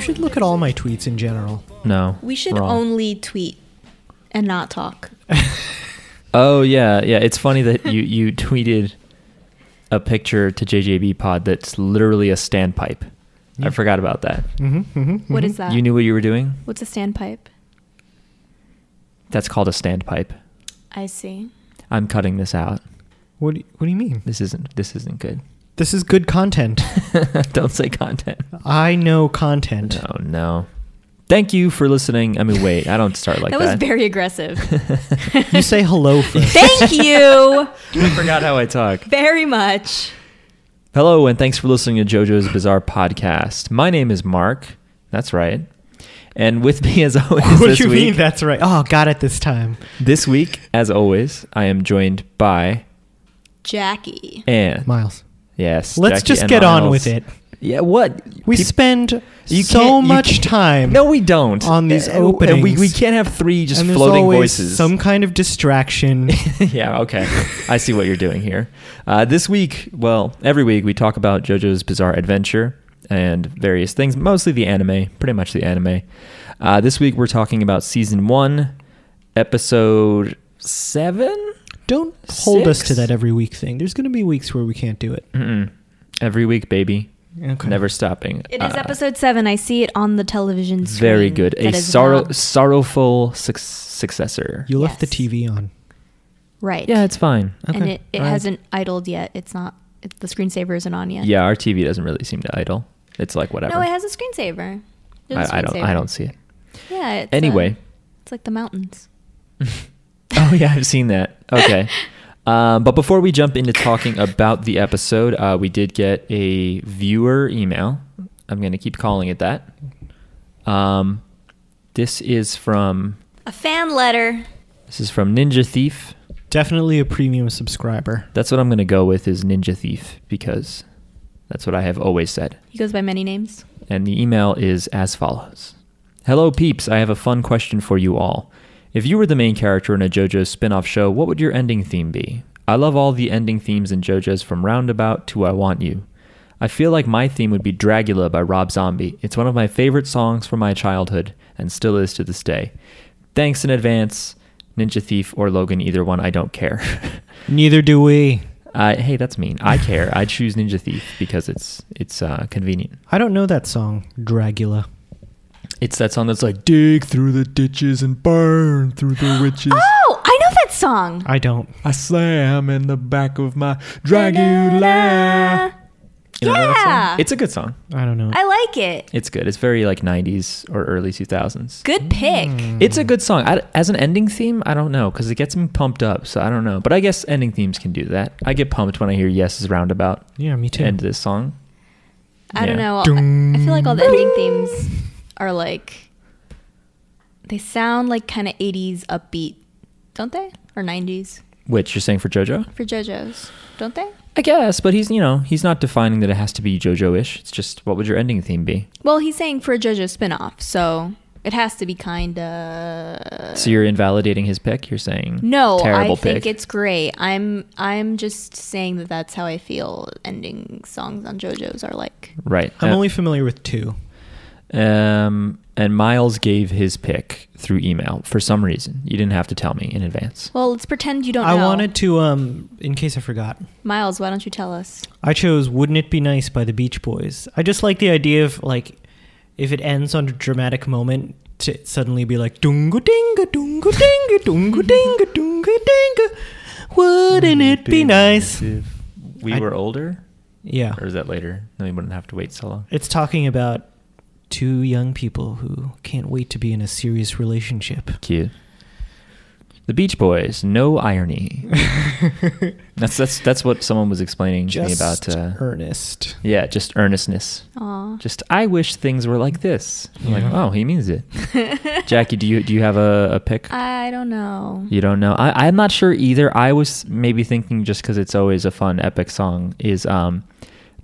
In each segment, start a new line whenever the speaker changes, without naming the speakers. should look at all my tweets in general.
No.
We should
wrong.
only tweet and not talk.
Oh yeah, yeah. It's funny that you you tweeted a picture to JJB Pod that's literally a standpipe. I forgot about that.
Mm-hmm, mm-hmm,
What is that?
You knew what you were doing.
What's a standpipe?
That's called a standpipe.
I see.
I'm cutting this out.
What do you, What do you mean?
This isn't this isn't good.
This is good content.
Don't say content.
I know content.
No, no. Thank you for listening. I mean, wait. I don't start like
that
that.
was very aggressive.
You say hello first.
Thank you
I forgot how I talk.
very much.
Hello, and thanks for listening to JoJo's Bizarre Podcast. My name is Mark. That's right. And with me, as always,
what
this
do you
week,
mean? That's right. Oh, got it this time.
this week, as always, I am joined by
Jackie.
Anne.
Miles,
yes.
let's
Jackie
just
and
get on
Miles.
with it.
Yeah. What?
We
Peop-
spend
you
so
can't- you
much
can't-
time.
No, we don't.
on these
And- and we, we
openings.
can't have three just
and there's
floating
always
voices.
Some kind of distraction.
yeah, okay. I see what you're doing here. Uh, this week, well, every week we talk about JoJo's Bizarre Adventure and various things, mostly the anime, pretty much the anime. Uh, this week we're talking about season one, episode seven.
Don't hold us
Six?
to that every week thing. There's going to be weeks where we can't do it.
Mm-mm. Every week, baby,
Okay.
never stopping.
It is
Uh,
episode seven. I see it on the television screen.
Very good. A
That is
sorrow,
not-
sorrowful suc successor.
You left
Yes.
the TV on.
Right.
yeah, it's fine.
And
Okay.
it, it
All right.
hasn't idled yet. It's not. It, the screensaver isn't on yet.
Yeah, our TV doesn't really seem to idle. It's like whatever.
No, it has a screensaver. There's a
I, I don't. I
screensaver.
don't see it.
Yeah. It's uh,
Anyway.
it's like the mountains.
Oh yeah, I've seen that. Okay. Um, but before we jump into talking about the episode, uh, we did get a viewer email. I'm going to keep calling it that. Um, this is from
A fan letter.
this is from Ninja Thief.
Definitely a premium subscriber.
That's what I'm going to go with is Ninja Thief because that's what I have always said.
He goes by many names.
And the email is as follows Hello, peeps. I have a fun question for you all. If you were the main character in a JoJo's spin off show, what would your ending theme be? I love all the ending themes in JoJo's from Roundabout to I Want You. I feel like my theme would be Dragula by Rob Zombie. It's one of my favorite songs from my childhood and still is to this day. Thanks in advance, Ninja Thief or Logan, either one, I don't care.
Neither do we.
uh, hey, that's mean. I care. I choose Ninja Thief because it's it's uh, convenient.
I don't know that song, Dragula.
It's that song that's like dig through the ditches and burn through the witches.
Oh, I know that song.
I don't.
I slam in the back of my
Da-da-da.
You know that song?
Yeah.
it's a good song.
I don't know.
I like it.
It's good. It's very like '90s or early 2000s.
Good pick.
It's a good song. I, as an ending theme, I don't know because it gets me pumped up. So I don't know, but I guess ending themes can do that. I get pumped when I hear Yes's Roundabout
yeah, me too.
end this song.
I don't
Yeah.
know. I, I feel like all the ending themes are like they sound like kind of 80s upbeat, don't they? Or 90s
Which you're saying for JoJo?
for JoJo's, don't they?
I guess, but he's you know he's not defining that it has to be JoJo-ish. It's just what would your ending theme be?
Well, he's saying for a JoJo spin-off, so it has to be kind of
So you're invalidating his pick. You're saying
No,
terrible
I think
pick.
it's great. I'm I'm just saying that that's how I feel ending songs on JoJo's are like.
right.
I'm
Uh,
only familiar with two.
um, and Miles gave his pick through email for some reason. You didn't have to tell me in advance.
Well, let's pretend you don't
I
know.
wanted to, um, in case I forgot,
Miles, why don't you tell us?
I chose Wouldn't It Be Nice by the Beach Boys. I just like the idea of, like, if it ends on a dramatic moment, to suddenly be like, Dunga dinga, dunga dinga, dunga dinga, dunga dinga. Wouldn't it be nice?
If we
I-
were older,
Yeah.
or is that later? Then we wouldn't have to wait so long.
It's talking about two young people who can't wait to be in a serious relationship.
Cute. The Beach Boys, no irony. that's that's that's what someone was explaining to me about.
Just
Uh,
earnest.
yeah, just earnestness.
Aw.
Just I wish things were like this. I'm Like,
Yeah.
oh, he means it. Jackie, do you do you have a, a pick?
I don't know.
You don't know. I, I'm not sure either. I was maybe thinking just because it's always a fun epic song is um,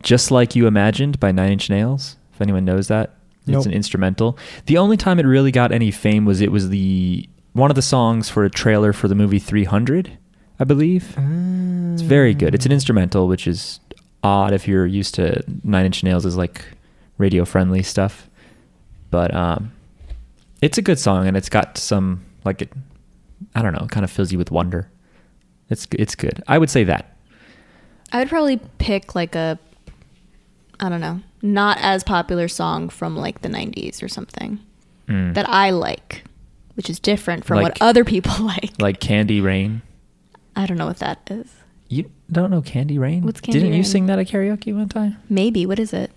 just like you imagined by Nine Inch Nails. If anyone knows that,
Nope.
it's an instrumental. The only time it really got any fame was it was the one of the songs for a trailer for the movie 300, I believe. It's very good. It's an instrumental, which is odd if you're used to Nine Inch Nails as like radio friendly stuff. But um, it's a good song, and it's got some like it. I don't know. Kind of fills you with wonder. It's it's good. I would say that.
I would probably pick like a, I don't know, not as popular song from like the 90s or something
Mm.
that I like, which is different from
Like-
what other people like.
like Candy Rain.
I don't know what that is.
You don't know Candy Rain?
What's Candy
Didn't you
Rain?
sing that at karaoke one time?
Maybe. What is it?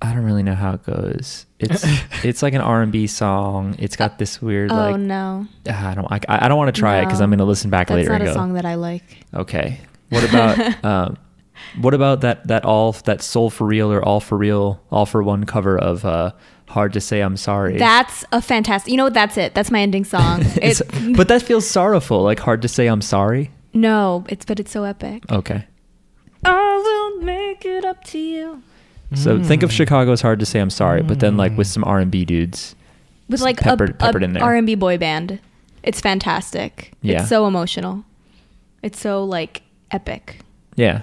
I don't really know how it goes. It's it's like an R and B song. It's got this weird
oh,
like
no.
Ah, I don't I, I don't want to try it it because
No.
I'm going to listen back
That's
later
not
and
a
go.
song that I like.
Okay. What about um, what about that that all that soul for real or all for real all for one cover of uh, hard to say I'm sorry.
That's a fantastic. You know what? That's it. That's my ending song.
It's-
It-
but that feels sorrowful. Like hard to say I'm sorry.
no, it's but it's so epic.
Okay.
I will make it up to you.
So
Mm.
think
Hmm.
of Chicago as hard to say I'm sorry, but then like with some R and B dudes.
With
Just
like
peppered-
a,
peppered in there.
R and B boy band. It's fantastic.
Yeah.
It's so emotional. It's so like epic.
Yeah.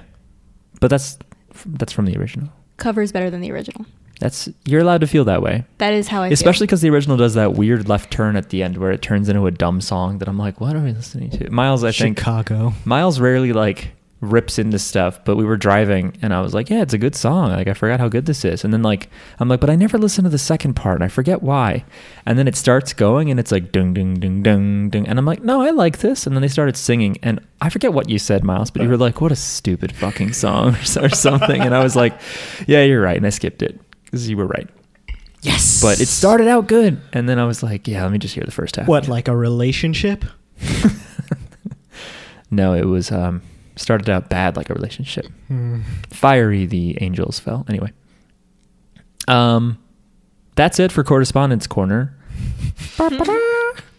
But that's that's from the original.
Cover's better than the original.
That's you're allowed to feel that way.
That is how I
Especially
feel.
because the original does that weird left turn at the end where it turns into a dumb song that I'm like, what are we listening to? Miles, I think
Chicago.
Miles rarely like rips into stuff, but we were driving and I was like, yeah, it's a good song. Like I forgot how good this is. And then like I'm like, but I never listened to the second part and I forget why. And then it starts going and it's like ding ding ding ding ding and I'm like, no, I like this. And then they started singing and I forget what you said, Miles, but you were like, what a stupid fucking song or something. And I was like, yeah, you're right. And I skipped it because you were right.
Yes.
But it started out good and then I was like, yeah, let me just hear the first half.
What, like a relationship?
No, it was um started out bad like a relationship.
Hmm.
Hmm. Fiery the angels fell. Anyway. Um that's it for correspondence corner.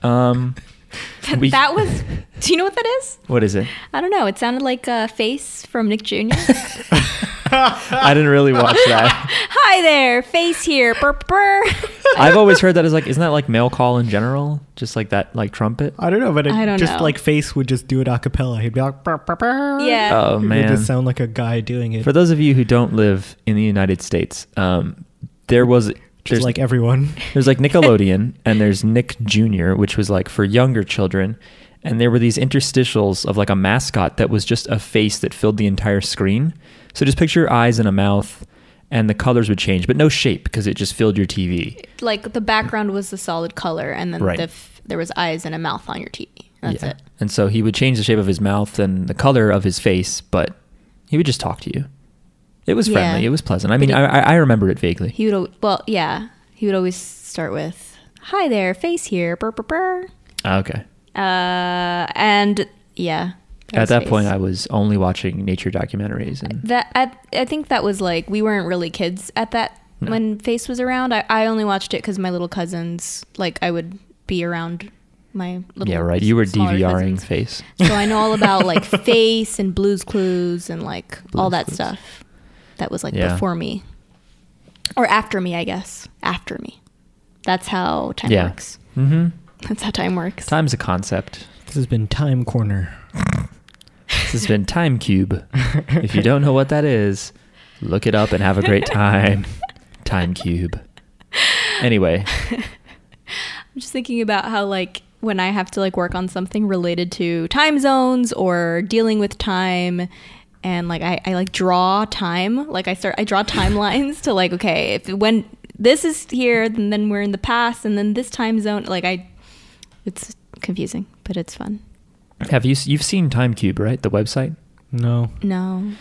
Um we-
that was. Do you know what that is?
what is it?
I don't know. It sounded like a face from Nick Jr.
I didn't really watch that.
Hi there, face here. Brr, brr.
I've always heard that as like isn't that like mail call in general? Just like that like trumpet?
I don't know, but it
I don't
just
know.
like Face would just do it a cappella. He'd be like, "Brr, brr, brr."
Yeah.
Oh
It would
man.
just sound like a guy doing it.
For those of you who don't live in the United States, um there was
just
there's-
like everyone.
There's like Nickelodeon and there's Nick Jr., which was like for younger children. And there were these interstitials of like a mascot that was just a face that filled the entire screen. So just picture eyes and a mouth, and the colors would change, but no shape because it just filled your TV.
like the background was the solid color, and then
Right.
the f- there was eyes and a mouth on your TV. That's it.
And so he would change the shape of his mouth and the color of his face, but he would just talk to you. It was
Yeah.
friendly. It was pleasant. I
But
mean,
he-
I I I remember it vaguely.
He would al- well, yeah. He would always start with "Hi there, face here." Brr, brr, brr.
Ah, okay.
Uh, and yeah.
At that point,
I.
I was only watching nature documentaries. And
That I, I think that was like we weren't really kids at that
No.
when Face was around. I, I only watched it because my little cousins like I would be around my little
yeah, right. You were
smaller
DVRing
cousins.
face.
so I know all about like Face and Blues Clues and like
Blue's
all that
Clues.
stuff that was like
Yeah.
before me or after me, I guess after me. That's how time
Yeah.
works.
Mm-hmm.
That's how time works.
Time's a concept.
This has been Time Corner.
This has been Time Cube. If you don't know what that is, look it up and have a great time. Time Cube. Anyway,
I'm just thinking about how like when I have to like work on something related to time zones or dealing with time and like I, I like draw time. Like I start I draw timelines to like, okay, if when this is here, then, then we're in the past and then this time zone like I it's confusing, but it's fun.
have you you've seen Time Cube, right? The website?
No.
No.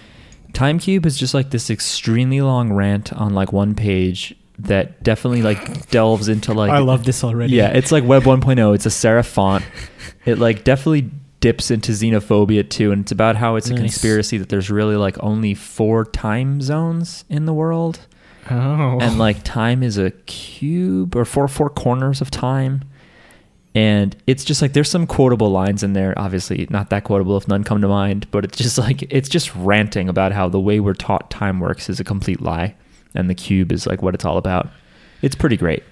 Time Cube is just like this extremely long rant on like one page that definitely like delves into like
I love this already.
Yeah, it's like Web 1.0. It's a serif font. It like definitely dips into xenophobia too, and it's about how it's a
Nice.
conspiracy that there's really like only four time zones in the world,
Oh.
and like time is a cube or four four corners of time. And it's just like there's some quotable lines in there, obviously not that quotable if none come to mind, but it's just like it's just ranting about how the way we're taught time works is a complete lie, and the cube is like what it's all about. It's pretty great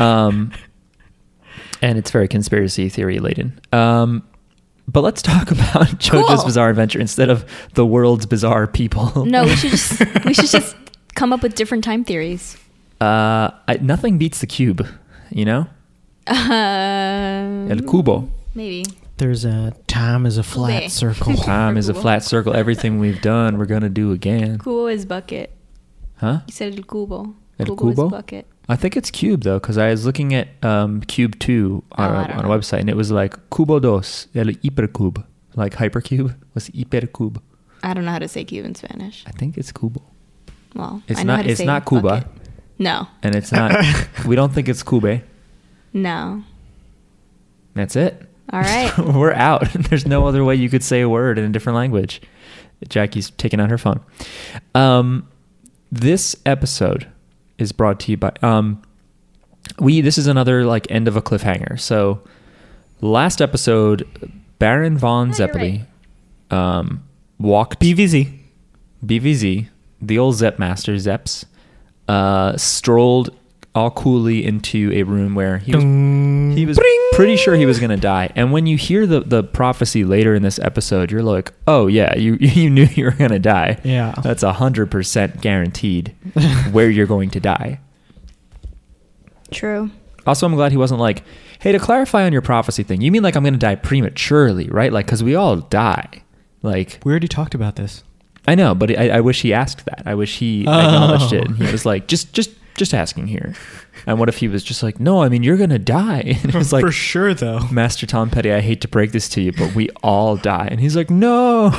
um, and it's very conspiracy theory laden. Um, but let's talk about JoJo's
Cool.
Bizarre Adventure instead of the world's bizarre people.
No, we should just we should just come up with different time theories.
Uh, I, nothing beats the cube, you know?
Um,
El cubo.
maybe.
There's a time is a flat
Okay.
circle.
Time is a flat circle. Everything we've done, we're going to do again.
Cubo is bucket.
Huh?
You said el cubo.
El
cubo
cubo?
is bucket.
I think it's cube, though, because I was looking at um, Cube 2 on,
Oh, I
a,
don't
on a
know.
website, and it was like Cubo dos, el hipercube. Like hypercube was hypercube.
I don't know how to say cube in Spanish.
I think it's Cubo.
Well,
It's
I know
not-
how to
it's
say
not Cuba.
bucket. No,
And it's not, we don't think it's Cube. eh?
no.
That's it.
All right.
We're out. There's no other way you could say a word in a different language. Jackie's taking out her phone. Um, this episode is brought to you by um, we. This is another like end of a cliffhanger. So last episode, Baron von
Yeah, you're
Zeppeli um, walked
BVZ.
BVZ, the old Zep master Zeps, uh, strolled all coolly into a room where he was
Dung.
he was
Bring.
pretty sure he was going to die. And when you hear the, the prophecy later in this episode, you're like, oh, yeah, you, you knew you were going to die.
Yeah.
That's 100% guaranteed where you're going to die.
True.
Also, I'm glad he wasn't like, hey, to clarify on your prophecy thing, you mean like I'm going to die prematurely, right? Like, because we all die. Like,
We already talked about this.
I know, but I, I wish he asked that. I wish he acknowledged
Oh.
it. He was like, just, just, just asking here. And what if he was just like, no, I mean, you're going to die. And it was like,
For sure, though.
Master Tom Petty, I hate to break this to you, but we all die. And he's like, no.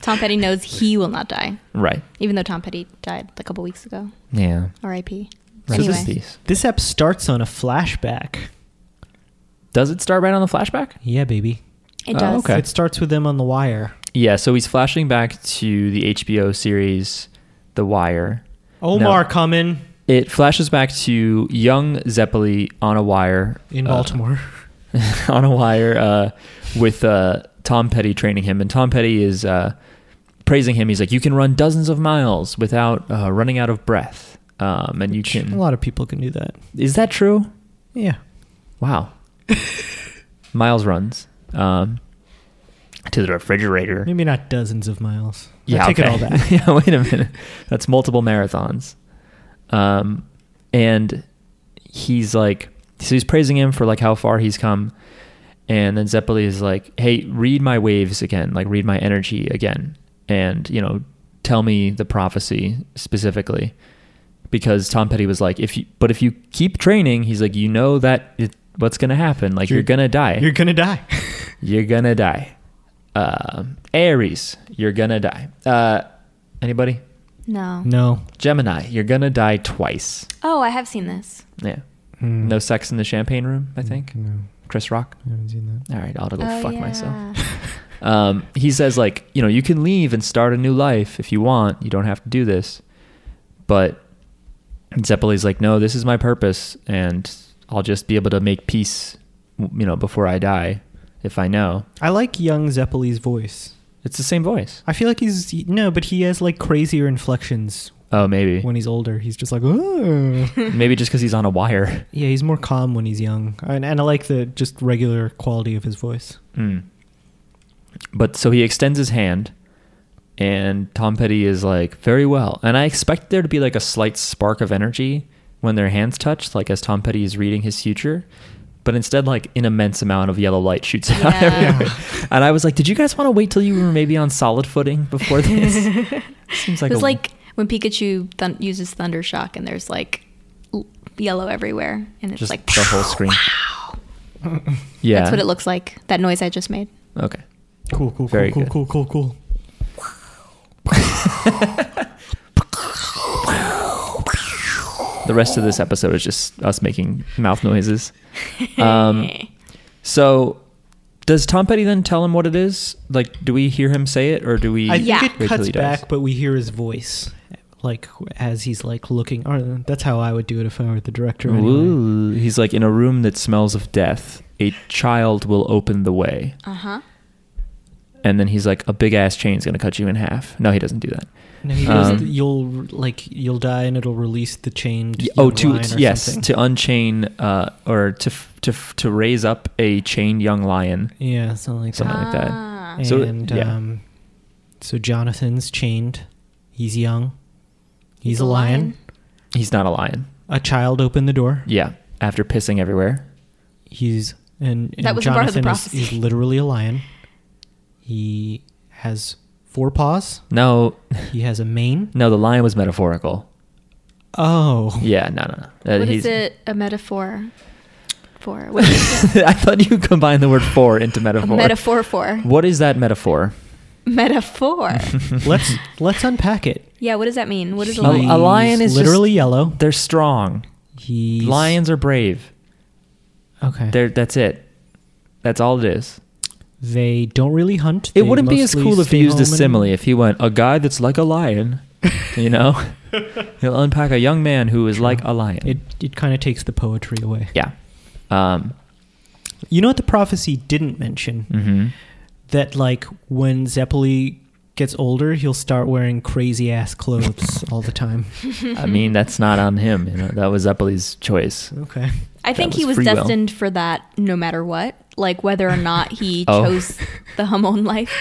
Tom Petty knows he will not die,
right.
even though Tom Petty died a couple weeks ago.
Yeah.
R.I.P.
Rest in
Anyway.
peace.
This app starts on a flashback.
Does it start right on the flashback?
Yeah, baby.
It
Oh,
does.
okay.
It starts with them on the wire.
Yeah. So he's flashing back to the HBO series, The Wire.
Omar
No.
coming
It flashes back to young Zeppeli on a wire
in
uh,
Baltimore.
on a wire uh, with uh, Tom Petty training him, and Tom Petty is uh, praising him. He's like, "You can run dozens of miles without uh, running out of breath, um, and you
A
can."
lot of people can do that.
Is that true?
Yeah.
Wow. Miles runs um, to the refrigerator.
Maybe not dozens of miles. I take it all
okay.
back.
yeah, wait a minute. That's multiple marathons. Um, and he's like, so he's praising him for like how far he's come. And then Zeppeli is like, hey, read my waves again, like read my energy again. And, you know, tell me the prophecy specifically. Because Tom Petty was like, if you, but if you keep training, he's like, you know that it, what's going to happen. Like, you're,
You're-
going to die
You're gonna die.
you're gonna die. Um Aries, you're gonna die. Uh, anybody?
No.
no.
Gemini, you're gonna die twice.
Oh, I have seen this.
Yeah. No sex in the champagne room, I think.
Hmm. No.
Chris Rock.
I haven't seen that.
All right, I'll go
Oh,
fuck
yeah.
myself. Um, he says like, you know, you can leave and start a new life if you want. You don't have to do this. But Zeppeli's like, no, this is my purpose, and I'll just be able to make peace, w- you know, before I die, if I know.
I like young Zeppeli's voice.
It's the same voice.
I feel like he's he- no, but he has like crazier inflections
Oh, maybe.
when he's older. He's just like, oh.
Maybe just because he's on a wire.
yeah, he's more calm when he's young, and, and I like the just regular quality of his voice.
Mm. But so he extends his hand, and Tom Petty is like, very well. And I expect there to be like a slight spark of energy when their hands touch, like as Tom Petty is reading his future. But instead, like an immense amount of yellow light shoots out.
Yeah.
everywhere. And I was like, did you guys want to wait till you were maybe on solid footing before this? Seems like
it was
a-
like when Pikachu thun- uses Thunder Shock and there's like l- yellow everywhere and it's
just
like
the whole screen. Yeah.
That's what it looks like. That noise I just made.
Okay.
Cool, cool,
Very
cool, cool,
good.
cool, cool, cool.
The rest of this episode is just us making mouth noises. Um, so, does Tom Petty then tell him what it is? Like, do we hear him say it, or do we?
I think
Yeah.
it
Wait till
cuts
he dies.
back, but we hear his voice, like as he's like looking. Or that's how I would do it if I were the director. anyway.
Ooh, he's like in a room that smells of death. A child will open the way,
Uh huh.
and then he's like, "A big ass chain's gonna cut you in half." No, he doesn't do that.
No, he goes,
Um,
you'll like you'll die, and it'll release the chain.
Y- oh, to yes, to unchain uh, or to f- to f- to raise up a chained young lion.
yeah, something like
Something
that.
like that.
Ah.
So,
and
yeah.
um, so Jonathan's chained. He's young. He's, a lion.
He's not a lion.
A child opened the door.
Yeah, after pissing everywhere.
He's and, and
That was the part of the
Jonathan is,
prophecy.
is literally a lion. He has four paws.
No,
He has a mane.
no, the lion was metaphorical.
Oh,
Yeah, no, no, no. Uh,
What is
he's-
it a metaphor for? What is it?
I thought you combined the word for into
a
metaphor.
metaphor for?
What is that metaphor?
Metaphor.
let's let's unpack it.
yeah, what does that mean? What is a
A-
lion?
a lion
He's
is just-
literally yellow.
They're strong.
He's
Lions are brave.
Okay,
They're, that's it. That's all it is.
they don't really hunt.
It
They
wouldn't be as
mostly
cool if
stay
he used a
home and-
simile. If he went, a guy that's like a lion, you know? He'll unpack a young man who is like a lion.
It it kind of takes the poetry away.
yeah. Um,
You know what the prophecy didn't mention?
mhm.
That like when Zeppeli gets older, he'll start wearing crazy ass clothes all the time.
I mean, that's not on him. You know? That was Zeppeli's choice.
Okay.
I think
That
he
was
was
free will.
destined for that no matter what. Like whether or not he
Oh.
chose the Hamon life.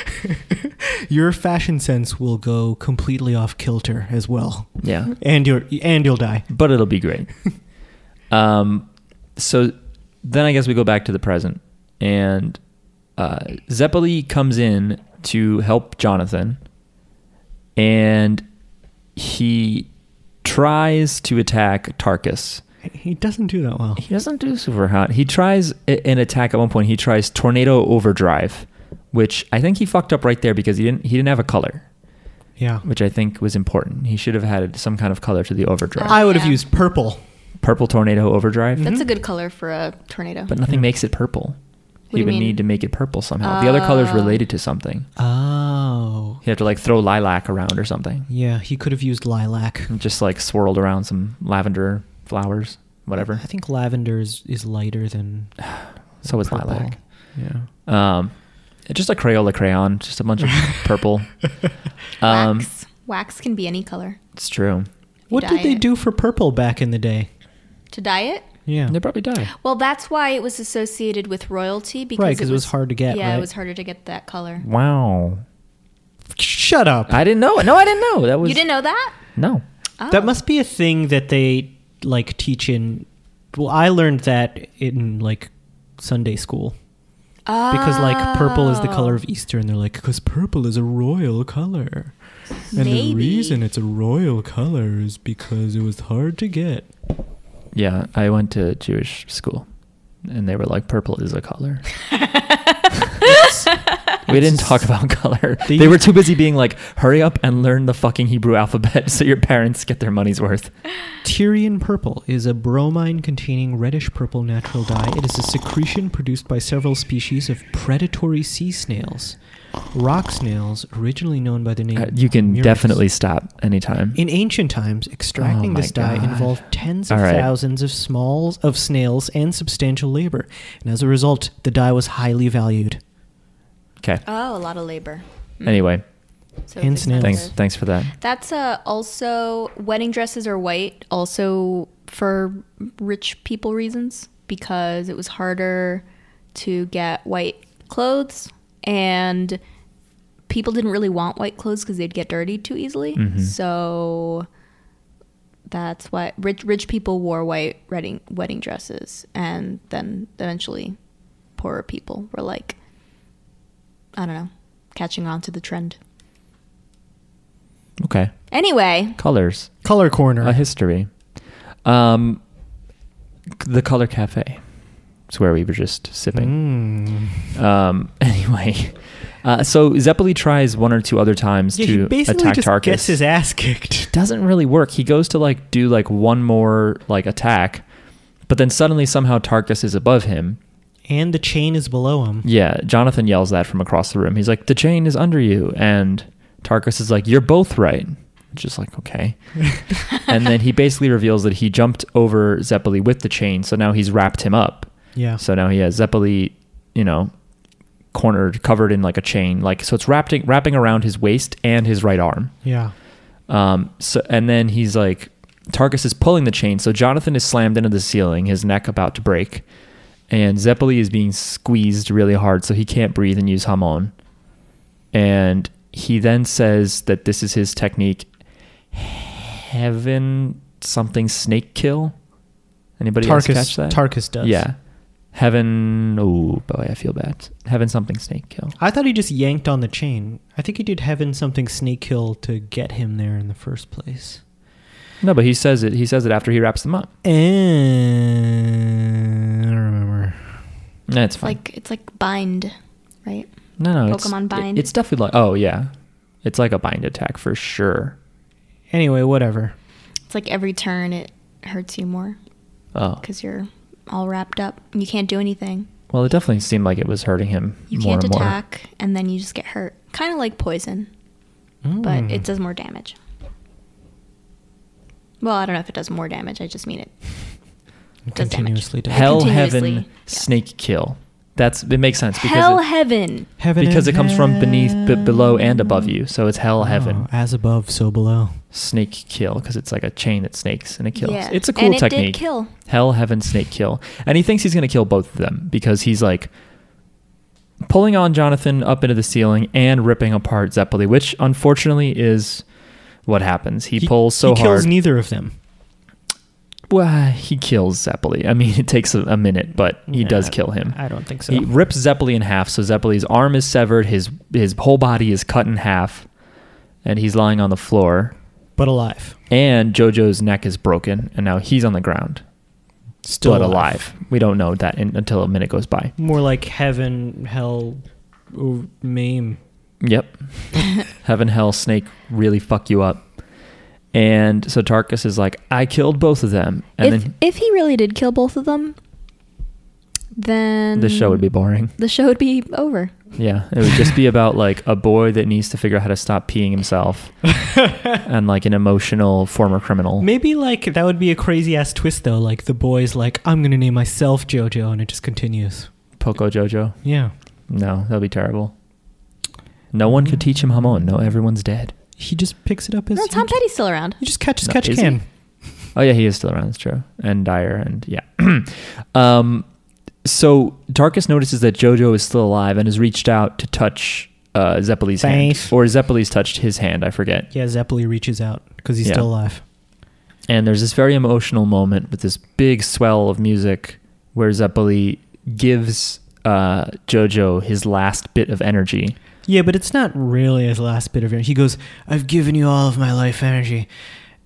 Your fashion sense will go completely off kilter as well.
Yeah.
And you're and you'll die.
but it'll be great. um, so then I guess we go back to the present, and uh, Zeppeli comes in to help Jonathan, and he tries to attack Tarkus.
He doesn't do that well.
He doesn't do super hot. He tries a- an attack at one point. He tries tornado overdrive, which I think he fucked up right there because he didn't he didn't have a color,
Yeah.
which I think was important. He should have had some kind of color to the overdrive.
I would have
Yeah.
used purple.
Purple tornado overdrive.
That's
Mm-hmm.
a good color for a tornado.
But nothing
Yeah.
makes it purple.
do
he
you
would
mean?
need to make it purple somehow. the other color is
Oh.
related to something.
Oh.
He'd have to like throw lilac around or something.
Yeah, he could have used lilac.
And just like swirled around some lavender flowers, whatever.
I think lavender is, is lighter than
So is
purple.
lilac.
Yeah.
Um, just a Crayola crayon, just a bunch of purple. Um,
wax. Wax can be any color.
It's true.
What did they
Diet.
do for purple back in the day?
To dye it?
Yeah.
They probably die.
Well, that's why it was associated with royalty because
Right, 'cause it was hard to get,
Yeah,
right?
it was harder to get that color.
Wow.
Shut up.
I didn't know. it. No, I didn't know. That was
you didn't know that?
no.
Oh.
That must be a thing that they like teach in. Well, I learned that in like Sunday school because
Uh,
like purple is the color of Easter, and they're like, because purple is a royal color, and the
Maybe.
reason it's a royal color is because it was hard to get.
Yeah, I went to Jewish school, and they were like, "Purple is a color." we didn't talk about color.
They-
They were too busy being like, "Hurry up and learn the fucking Hebrew alphabet so your parents get their money's worth."
Tyrian purple is a bromine containing reddish purple natural dye. It is a secretion produced by several species of predatory sea snails. Rock snails, originally known by the name
Uh, you can
Murex.
definitely stop anytime.
In ancient times, extracting
Oh my
this dye
God.
involved tens of
All right.
thousands of smalls of snails and substantial labor, and as a result, the dye was highly valued.
Okay.
Oh, a lot of labor.
Anyway,
So
And
it's
snails.
thanks.
expensive.
Thanks for that.
That's uh, also wedding dresses are white, also for rich people reasons because it was harder to get white clothes and people didn't really want white clothes because they'd get dirty too easily. So that's why rich rich people wore white wedding wedding dresses, and then eventually poorer people were like, I don't know, catching on to the trend.
Okay.
Anyway,
Colors.
Color corner.
A history. Um, the Color Cafe. It's where we were just sipping.
Mm.
Um, anyway, uh, so Zeppeli tries one or two other times
Yeah, he
to
basically
attack
just
Tarkus.
gets his ass kicked.
Doesn't really work. He goes to like do like one more like attack, but then suddenly somehow Tarkus is above him.
And the chain is below him.
Yeah, Jonathan yells that from across the room. He's like, "The chain is under you," and Tarkus is like, "You're both right." Just like okay, and then he basically reveals that he jumped over Zeppeli with the chain, so now he's wrapped him up.
Yeah.
So now he has Zeppeli, you know, cornered, covered in like a chain, like so it's wrapping wrapping around his waist and his right arm.
yeah.
Um, so and then he's like, Tarkus is pulling the chain, so Jonathan is slammed into the ceiling, his neck about to break, and Zeppeli is being squeezed really hard, so he can't breathe and use Hamon. And he then says that this is his technique, heaven something snake kill? Anybody else catch
Tarkus,
that?
Tarkus does.
Yeah. Heaven. Oh boy, I feel bad. Heaven something snake kill.
I thought he just yanked on the chain. I think he did heaven something snake hill to get him there in the first place.
No, but he says it. He says it after he wraps them up.
And I don't remember.
No, it's
It's
fine.
like it's like bind, right?
no, no, it's-
Pokemon
it-
bind.
it's definitely like. Oh yeah, it's like a bind attack for sure.
Anyway, whatever.
It's like every turn it hurts you more
Oh
because you're all wrapped up and you can't do anything.
well, it definitely seemed like it was hurting him
You
more
can't
and more.
attack and then you just get hurt. Kind of like poison, but
Hmm.
Mm.
it does more damage. Well, I don't know if it does more damage. I just mean it.
It
does damage.
continuously does.
Hell,
continuously.
heaven,
Yeah.
snake kill. That's it makes sense because
Hell,
it,
heaven.
heaven
because it
and
comes from beneath, b- below, and
hell.
above you. So it's hell, heaven,
Oh, as above, so below.
snake kill because it's like a chain that snakes and it kills.
Yeah.
It's a cool
and it
technique.
Did kill.
Hell, heaven, snake kill, and he thinks he's gonna kill both of them because he's like pulling on Jonathan up into the ceiling and ripping apart Zeppeli, which unfortunately is what happens. He, pulls so
he
hard.
kills neither of them.
well, he kills Zeppeli. I mean, it takes a, a minute, but he does
Nah,
kill him.
I don't think so.
He rips Zeppeli in half, so Zeppeli's arm is severed, his his whole body is cut in half, and he's lying on the floor.
but alive.
And Jojo's neck is broken, and now he's on the ground,
Still
but alive. We don't know that in, until a minute goes by.
More like heaven, hell, ooh, meme.
Yep, heaven, hell, snake really fuck you up. And so Tarkus is like, I killed both of them, and
if if he really did kill both of them,
then
then
the show would be boring.
the show would be over.
Yeah, it would just be about like a boy that needs to figure out how to stop peeing himself, and like an emotional former criminal.
Maybe like that would be a crazy ass twist though. Like the boy's like, I'm gonna name myself JoJo, and it just continues.
Poco Jojo.
Yeah,
No, that'd be terrible. No one could teach him Hamon. No, everyone's dead.
he just picks it up as
No, Tom
he,
Petty's still around.
you just catch as
No,
catch
is
can.
he? Oh yeah, he is still around. That's true. And Dyer and yeah. um, so Tarkus notices that Jojo is still alive and has reached out to touch uh, Zeppeli's
Thanks.
hand, or Zeppeli's touched his hand. I forget.
Yeah, Zeppeli reaches out because he's
Yeah.
still alive.
And there's this very emotional moment with this big swell of music where Zeppeli gives uh, Jojo his last bit of energy.
Yeah, but it's not really his last bit of energy. He goes, "I've given you all of my life energy,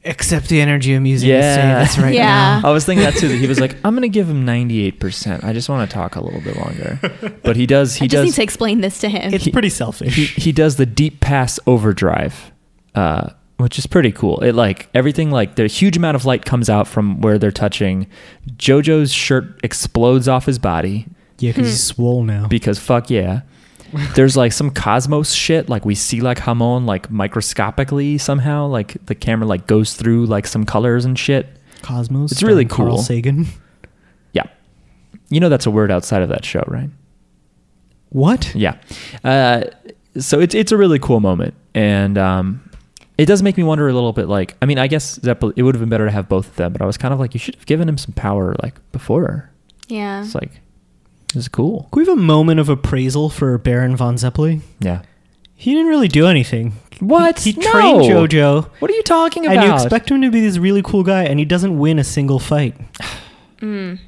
except the energy I'm using
Yeah. Oh,
to say this right
Yeah.
now."
I was thinking that too. That he was like, "I'm gonna give him 98 percent. I just want to talk a little bit longer." But he does. He
I just
does.
need to explain this to him.
It's
He-
pretty
he,
selfish.
he does the deep pass overdrive, uh, which is pretty cool. It like everything like the huge amount of light comes out from where they're touching. Jojo's shirt explodes off his body
yeah,
Hmm.
because he's swole now.
because fuck yeah. There's like some cosmos shit like we see like Hamon like microscopically somehow like the camera like goes through like some colors and shit.
Cosmos.
It's really
starring Carl
cool.
Sagan.
Yeah. You know that's a word outside of that show, right?
What?
Yeah. Uh, so it's it's a really cool moment, and um, it does make me wonder a little bit. Like, I mean, I guess Zeppelin. It would have been better to have both of them, but I was kind of like, you should have given him some power like before.
Yeah.
Uh-huh.
It's like, it's cool.
Can we have a moment of appraisal for Baron von Zeppeli?
Yeah.
He didn't really do anything.
What?
He, he
No!
trained JoJo,
What are you talking about?
and you expect him to be this really cool guy, and he doesn't win a single fight.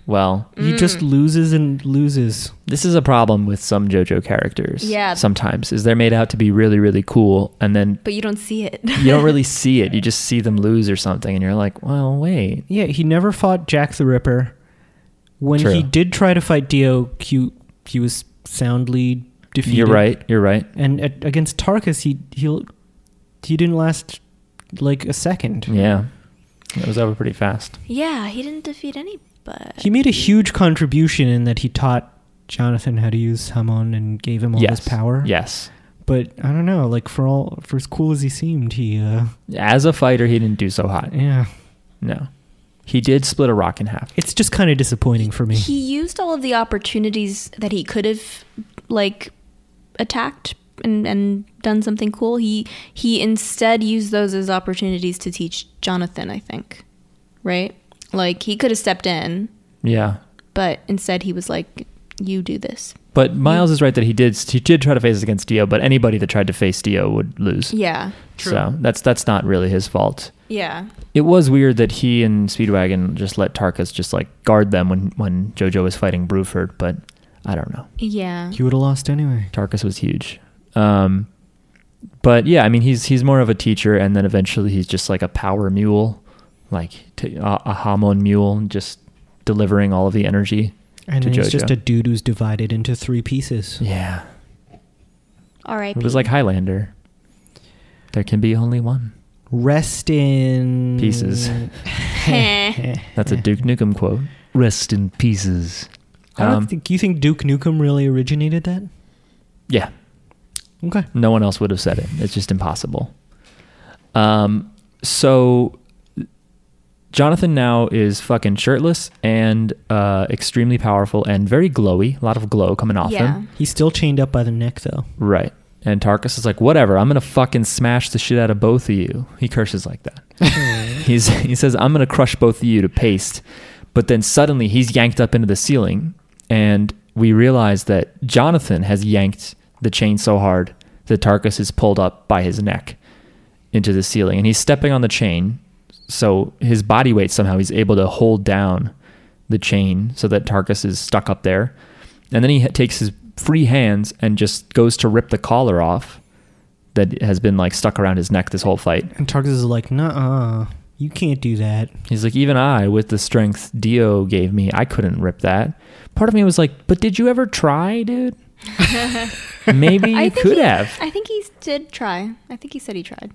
well,
He just loses and loses.
this is a problem with some JoJo characters.
Yeah.
Sometimes is they're made out to be really really cool, and then
But you don't see it.
you don't really see it. You just see them lose or something, and you're like, well, wait.
Yeah, he never fought Jack the Ripper. When
True.
he did try to fight Dio, he, he was soundly defeated.
You're right. You're right.
And a- against Tarkus, he he he didn't last like a second.
Yeah. It was over pretty fast.
yeah, he didn't defeat anybody.
He made a huge contribution in that he taught Jonathan how to use Hamon and gave him all
yes.
his power.
Yes.
But I don't know, like for all for as cool as he seemed, he uh
As a fighter, he didn't do so hot.
yeah.
No. He did split a rock in half.
It's just kind of disappointing for me.
He used all of the opportunities that he could have, like, attacked and, and done something cool. He he instead used those as opportunities to teach Jonathan. I think, right? Like he could have stepped in,
Yeah.
but instead he was like, "You do this."
But Miles is right that he did he did try to face against Dio, but anybody that tried to face Dio would lose.
Yeah.
True.
So that's that's not really his fault.
Yeah.
It was weird that he and Speedwagon just let Tarkus just like guard them when when JoJo was fighting Bruford, but I don't know.
Yeah.
You would have lost anyway.
Tarkus was huge. Um, but yeah, I mean, he's he's more of a teacher, and then eventually he's just like a power mule, like t- a, a Hamon mule, just delivering all of the energy.
And
to
then he's
Jojo.
just a dude who's divided into three pieces.
Yeah,
All right.
it was like Highlander. There can be only one.
Rest in Eh.
Pieces.
Heh.
That's a Duke Nukem quote. Rest in pieces.
I don't
Um,
think. You think Duke Nukem really originated that?
Yeah,
Okay.
No one else would have said it. It's just impossible. Um, so Jonathan now is fucking shirtless and uh, extremely powerful and very glowy. A lot of glow coming off
Yeah.
him.
He's still chained up by the neck, though.
Right. And Tarkus is like, whatever, I'm gonna fucking smash the shit out of both of you. He curses like that. He's he says, I'm gonna crush both of you to paste. But then suddenly he's yanked up into the ceiling, and we realize that Jonathan has yanked the chain so hard that Tarkus is pulled up by his neck into the ceiling, and he's stepping on the chain. So his body weight somehow he's able to hold down the chain so that Tarkus is stuck up there, and then he ha- takes his free hands and just goes to rip the collar off that has been like stuck around his neck this whole fight.
And Tarkus is like, nah, uh, you can't do that.
He's like, even I, with the strength Dio gave me, I couldn't rip that. Part of me was like, but did you ever try, dude? Maybe you
I think
could
he-
have.
I think he did try. I think he said he tried.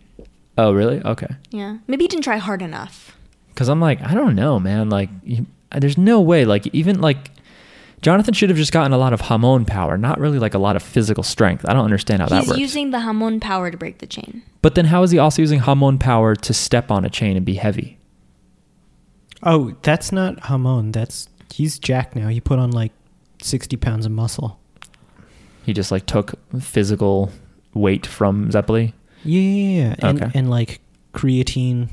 Oh, really? Okay.
Yeah. Maybe he didn't try hard enough.
Because I'm like, I don't know, man. Like, you, there's no way. Like, even like, Jonathan should have just gotten a lot of Hamon power, not really like a lot of physical strength. I don't understand how that
He's
works.
using the Hamon power to break the chain.
but then how is he also using Hamon power to step on a chain and be heavy?
Oh, that's not Hamon. That's he's Jack now. He put on like sixty pounds of muscle.
He just like took physical weight from Zeppeli
Yeah, yeah, yeah. yeah. And,
Okay.
and like creatine.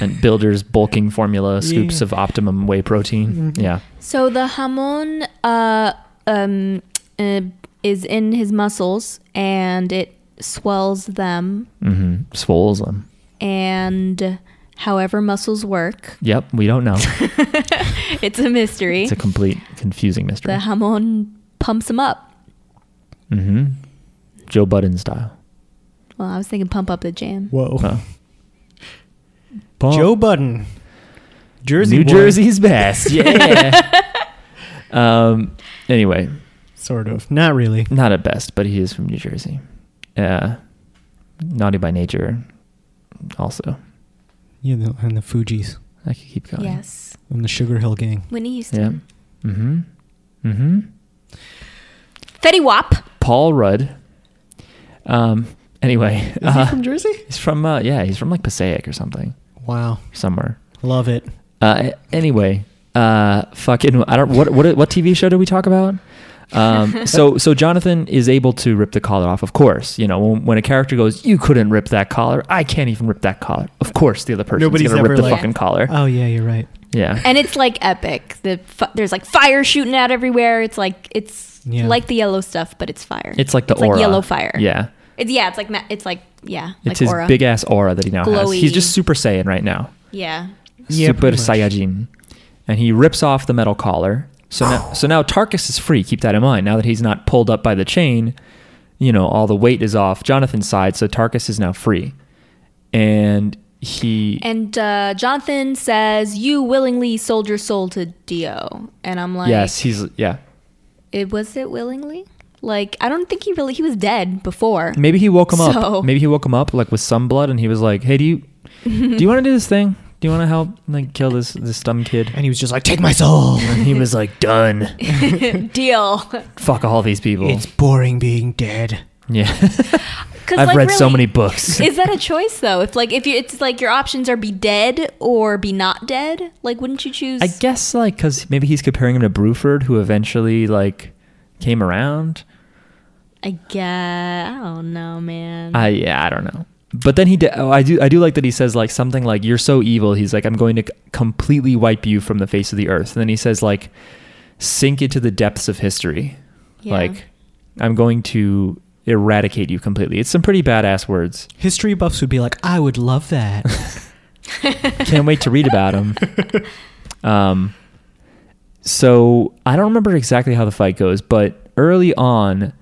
and Builder's bulking formula, scoops
Yeah.
of optimum whey protein.
Mhm.
Yeah.
So the hamon uh, um, uh, is in his muscles and it swells them.
Mm-hmm. Swoles them.
And however muscles work,
Yep, we don't know.
it's a mystery.
It's a complete confusing mystery.
the hamon pumps him up.
Mm-hmm. Joe Budden style.
Well, I was thinking pump up the jam.
Whoa,
Oh.
Joe Budden, Jersey,
New
boy.
Jersey's best. Yeah. um. Anyway,
sort of. Not really.
not at best, but he is from New Jersey. Uh, naughty by nature. Also,
You know, and the Fugees
I could keep going.
Yes.
and the Sugar Hill Gang.
Winnie
Yeah.
Houston.
Mm-hmm. Mm-hmm.
Fetty Wap.
Paul Rudd. Um. Anyway,
Is
uh,
he from Jersey?
he's from uh, yeah, he's from like Passaic or something,
Wow,
somewhere.
love it.
Uh, anyway, uh, fucking, I don't. What what what TV show did we talk about? Um, so so Jonathan is able to rip the collar off. Of course, you know when, when a character goes, you couldn't rip that collar. I can't even rip that collar. Of course, the other person's
Nobody's
gonna
ever
rip the
like-
fucking collar.
Oh yeah, you're right.
yeah,
And it's like epic. The fi- there's like fire shooting out everywhere. It's like it's
Yeah.
like the yellow stuff, but it's fire.
it's like the
it's
aura,
like yellow fire.
Yeah,
It's yeah, it's like ma- it's like yeah,
it's
like
his
aura.
big e- ass aura that he now has.
Glowy.
He's just Super Saiyan right now.
yeah.
Yeah,
Super
pretty much.
Saiyajin, and he rips off the metal collar. So now, so now Tarkus is free. Keep that in mind. Now that he's not pulled up by the chain, you know all the weight is off Jonathan's side. So Tarkus is now free, and he
And uh, Jonathan says, "You willingly sold your soul to Dio," and I'm like,
yes, he's yeah.
it was it willingly? Like I don't think he really he was dead before.
Maybe he woke him
So-
up. Maybe he woke him up like with some blood, and he was like, "Hey, do you do you want to do this thing? Do you want to help like kill this this dumb kid?"
And he was just like, "Take my soul."
And he was like, "Done.
Deal,
Fuck all these people."
it's boring being dead.
yeah,
because
I've read so many books.
Is that a choice though? If like if you it's like your options are be dead or be not dead, like wouldn't you choose?
I guess like because maybe he's comparing him to Bruford, who eventually like came around.
I guess I don't know, man.
Mm-hmm.
I yeah, I don't know. But then he, de- oh, I do, I do like that he says like something like "You're so evil." He's like, "I'm going to c- completely wipe you from the face of the earth." And then he says like, "Sink into the depths of history."
Yeah.
Like, I'm going to eradicate you completely. It's some pretty badass words.
History buffs would be like, I would love that.
Can't wait to read about them. Um, so I don't remember exactly how the fight goes, but early on,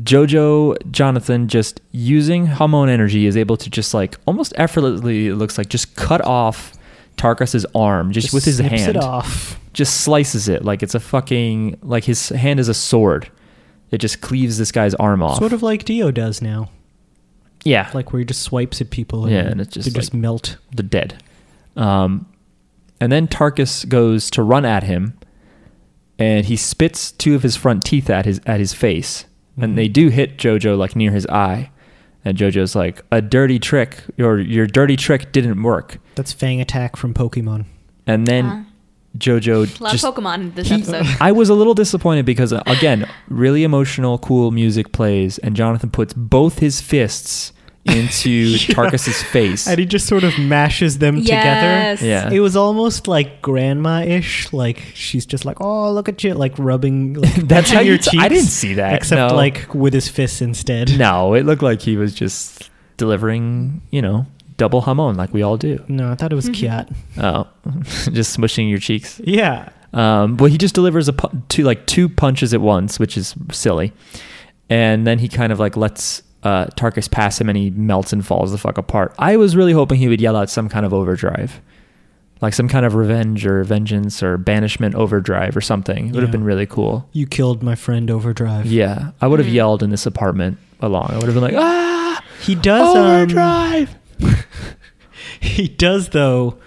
Jojo Jonathan just using hormone energy is able to just like almost effortlessly, it looks like, just cut off Tarkus's arm just, with his
snips
hand.
it off.
Just slices it like it's a fucking like his hand is a sword. It just cleaves this guy's arm off.
Sort of like Dio does now,
yeah,
like where he just swipes at people and,
Yeah, and it's just
they just
like-
melt.
the dead. Um, and then Tarkus goes to run at him, and he spits two of his front teeth at his at his face,
Mhm.
and they do hit Jojo like near his eye, and Jojo's like, "A dirty trick, your your dirty trick didn't work."
That's Fang Attack from Pokemon.
And then
Ah.
Jojo
A lot
just
of Uh-huh. Pokemon this
he-
episode.
I was a little disappointed because uh, again, really emotional, cool music plays, and Jonathan puts both his fists into Tarkus's face.
And he just sort of mashes them
yes.
together. It was almost like grandma-ish. Like she's just like, "Oh, look at you!" Like rubbing. Like,
That's how
touching
you.
your
T-
cheeks.
I didn't see that.
except
no.
like with his fists instead.
No, it looked like he was just delivering, you know, double hamon like we all do.
No, I thought it was Kiat.
Oh, just smushing your cheeks.
Yeah.
Um, but he just delivers a pu- two like two punches at once, which is silly. And then he kind of like lets uh, Tarkus pass him, and he melts and falls the fuck apart. I was really hoping he would yell out some kind of overdrive, like some kind of revenge or vengeance or banishment overdrive or something. It would have
Yeah.
been really cool.
You killed my friend Overdrive.
Yeah, I
Hmm.
would have yelled in this apartment along. I would have been like, ah,
He does um,
overdrive.
he does though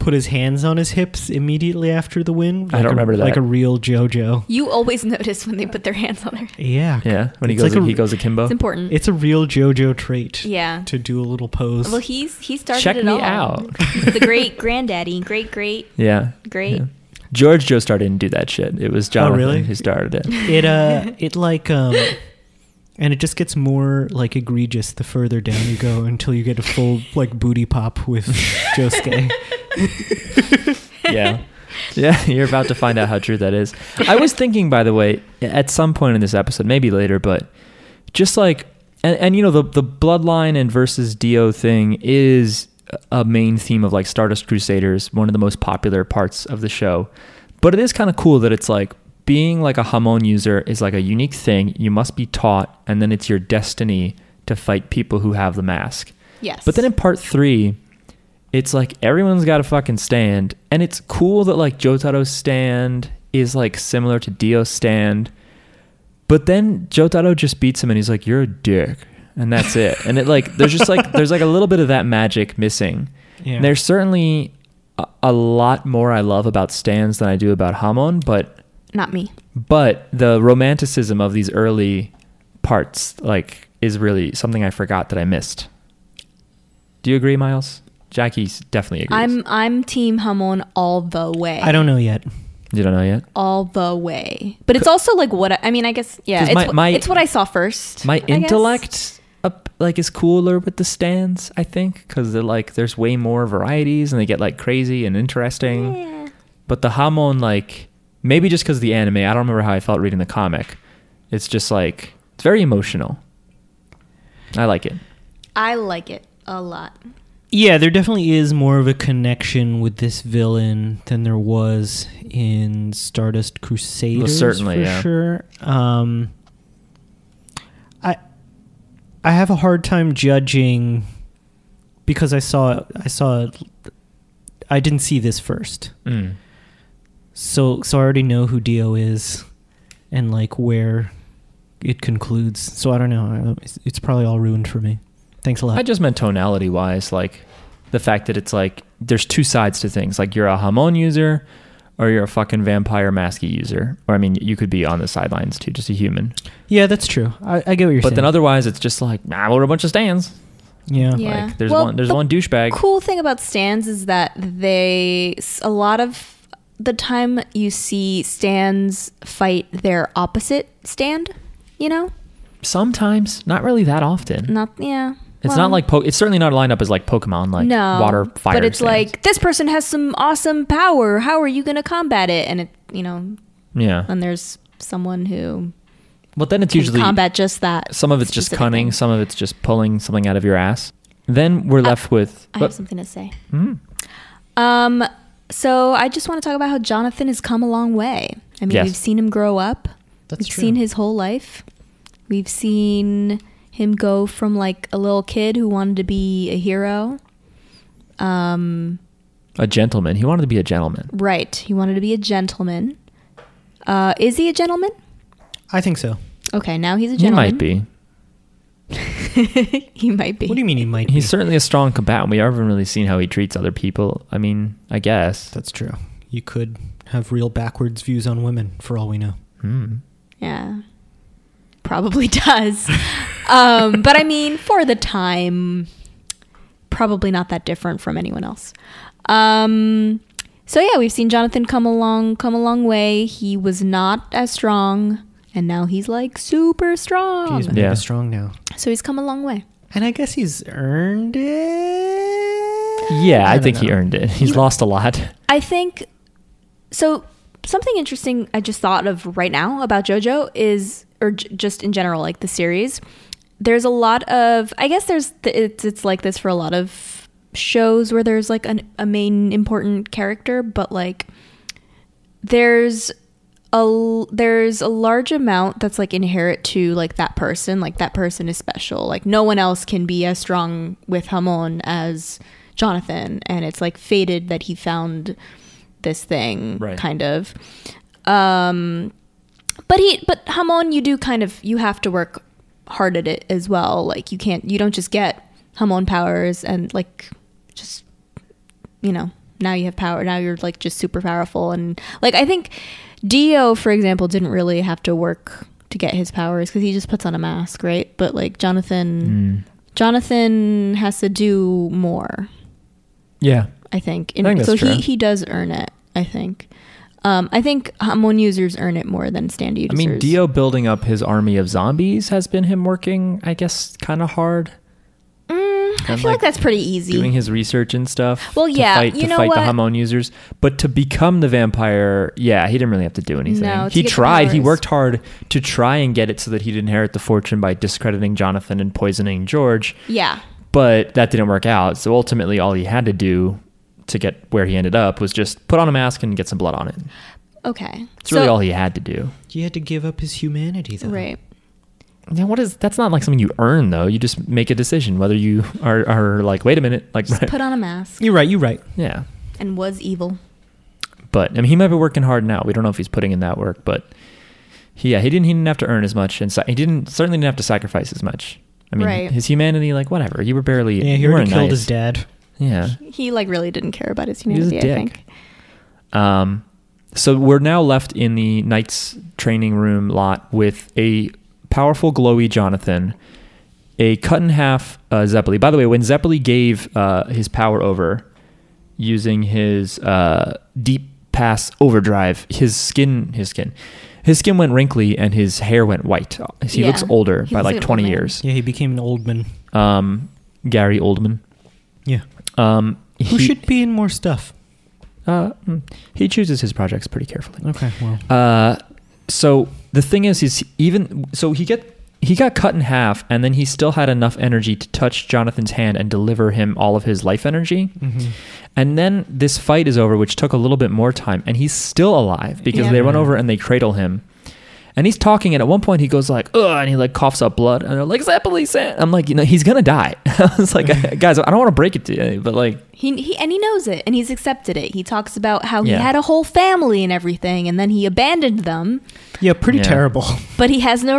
put his hands on his hips immediately after the win.
I don't
like a-
remember that.
Like a real JoJo.
You always notice when they put their hands on their.
Yeah.
yeah, when he
It's
goes,
like a-
he goes akimbo.
It's important.
It's a real JoJo trait.
Mm-hmm. Yeah.
To do a little pose.
well, he's he started
Check
it
me
all.
out.
He's the great granddaddy, great great.
Yeah,
Great.
yeah. George Joestar didn't do that shit. It was Jonathan
Oh, really?
who started it.
it uh it like um and it just gets more like egregious the further down you go until you get a full like booty pop with Josuke.
yeah. Yeah, you're about to find out how true that is. I was thinking, by the way, at some point in this episode, maybe later, but just like, and, and you know, the, the bloodline and versus Dio thing is a main theme of like Stardust Crusaders, one of the most popular parts of the show. But it is kind of cool that it's like being like a Hamon user is like a unique thing. You must be taught, and then it's your destiny to fight people who have the mask.
Yes.
But then in part three, it's like everyone's got a fucking stand, and it's cool that like Jotaro's stand is like similar to Dio's stand. But then Jotaro just beats him, and he's like, "You're a dick," and that's it. and it like there's just like there's like a little bit of that magic missing.
Yeah.
There's certainly a, a lot more I love about stands than I do about Hamon, but
not me.
but the romanticism of these early parts like is really something I forgot that I missed. Do you agree, Miles? Jackie's definitely agrees.
I'm I'm team Hamon all the way.
I don't know yet.
You don't know yet.
all the way. But it's also like what I, I mean. I guess yeah.
'Cause
It's,
my-
what-
my-
it's what I saw first. I
My
guess.
intellect up like is cooler with the stands, I think, because they're like there's way more varieties and they get like crazy and interesting.
Yeah.
But the Hamon, like maybe just because the anime, I don't remember how I felt reading the comic. It's just like it's very emotional. I like it.
I like it a lot.
Yeah, there definitely is more of a connection with this villain than there was in Stardust Crusaders.
certainly,
for
yeah.
sure. Um, I I have a hard time judging because I saw I saw I didn't see this first,
Mm.
so so I already know who Dio is and like where it concludes. So I don't know. It's, it's probably all ruined for me. Thanks a lot.
I just meant tonality wise, like the fact that it's like there's two sides to things. Like you're a Hamon user or you're a fucking vampire masky user. Or I mean, you could be on the sidelines too, just a human.
yeah, that's true. I, I get what you're
but
saying.
then otherwise, it's just like, nah, we're a bunch of stands.
yeah.
Yeah.
Like there's
Well,
one, there's
the
one douchebag.
cool thing about stands is that they a lot of the time you see stands fight their opposite stand you know
Sometimes, not really that often.
not yeah
It's
well,
not like po- it's certainly not lined up as like Pokemon, like
no
water, fire.
but it's
stands.
like this person has some awesome power how are you gonna combat it and it you know
yeah,
and there's someone who
But then it's
can
usually
combat just that.
some of it's just
specific
cunning,
thing.
some of it's just pulling something out of your ass. Then we're
I-
left with
I
but-
have something to say.
Mhm.
Um, so I just want to talk about how Jonathan has come a long way. I mean,
Yes.
we've seen him grow up.
That's
we've
true.
seen his whole life. We've seen him go from like a little kid who wanted to be a hero. Um,
a gentleman. He wanted to be a gentleman.
right. He wanted to be a gentleman. Uh, is he a gentleman?
I think so.
Okay, now he's a
He
gentleman.
might be.
be. he might be.
What do you mean he might?
He's
be?
certainly a strong combatant. We haven't really seen how he treats other people. I mean, I guess.
That's true. You could have real backwards views on women, for all we know.
Hmm.
Yeah. Probably does. um, but I mean, for the time, probably not that different from anyone else. Um, so yeah, we've seen Jonathan come along, come a long way. He was not as strong, and now he's like super strong.
He's mega
Yeah.
strong now,
So he's come a long way.
and I guess he's earned it.
Yeah, I,
don't
think he
know.
earned it. He's lost a lot.
I think so. Something interesting I just thought of right now about JoJo is, or j- just in general, like the series. There's a lot of, I guess there's, th- it's, it's like this for a lot of shows where there's like an, a main important character, but like there's a l- there's a large amount that's like inherent to like that person like that person is special like no one else can be as strong with hamon as jonathan and it's like fated that he found this thing
Right.
kind of um but he but hamon you do kind of you have to work hard at it as well like you can't you don't just get hamon powers and like just you know, now you have power. Now you're like just super powerful. And like, I think Dio, for example, didn't really have to work to get his powers because he just puts on a mask, right? But like, Jonathan,
Hmm.
Jonathan has to do more,
Yeah.
I think.
I think that's
so
true.
he, he does earn it, I think. Um, I think Hamon users earn it more than stand
I
users.
mean, Dio building up his army of zombies has been him working, I guess, kind of hard,
Mm, I
and,
feel like,
like,
that's pretty easy.
doing his research and stuff.
Well,
to
yeah,
fight,
you
to
know
fight the
what?
Hamon users, but to become the vampire, yeah, he didn't really have to do anything.
No, to
he
get the
tried. He
powers.
worked hard to try and get it so that he'd inherit the fortune by discrediting Jonathan and poisoning George,
yeah.
but that didn't work out. So ultimately, all he had to do to get where he ended up was just put on a mask and get some blood on it.
Okay.
It's really all he had to do.
He had to give up his humanity, though.
Right.
Yeah, what is that's not like something you earn though. You just make a decision whether you are, are like, wait a minute, like
Just put on a mask
You're right. You're right.
yeah.
and was evil.
But I mean, he might be working hard now. We don't know if he's putting in that work, but he, yeah, he didn't he didn't have to earn as much, and sa- he didn't certainly didn't have to sacrifice as much. I mean,
Right.
his humanity, like whatever, you were barely
Yeah, he
you
already
weren't
killed
nice.
his dad.
Yeah,
He like really didn't care about his
He was a
humanity, I
dick.
think.
Um, so we're now left in the Knights training room lot with a powerful, glowy Jonathan, a cut in half uh, Zeppeli. By the way, when Zeppeli gave uh, his power over using his uh, deep pass overdrive, his skin, his skin, his skin went wrinkly and his hair went white. He
Yeah.
looks older
He
by
looks
like
like an
20
old man.
years.
Yeah, he became an old man.
Um, Gary Oldman.
Yeah.
Um,
Who
he-
should be in more stuff?
Uh, mm, he chooses his projects pretty carefully.
Okay, well.
Uh, so the thing is, is even so he get he got cut in half, and then he still had enough energy to touch Jonathan's hand and deliver him all of his life energy.
Mhm.
And then this fight is over, which took a little bit more time, and he's still alive because
Yeah.
they run
Yeah.
over and they cradle him. And he's talking, and at one point he goes like, "Ugh," and he like coughs up blood, and they're like, "Zeppeli sent." I'm like, you know, he's gonna die. I was like, guys, I don't want to break it to you, but like,
He, he and he knows it and he's accepted it. He talks about how
Yeah.
he had a whole family and everything and then he abandoned them,
Yeah, pretty
Yeah.
terrible.
but he has no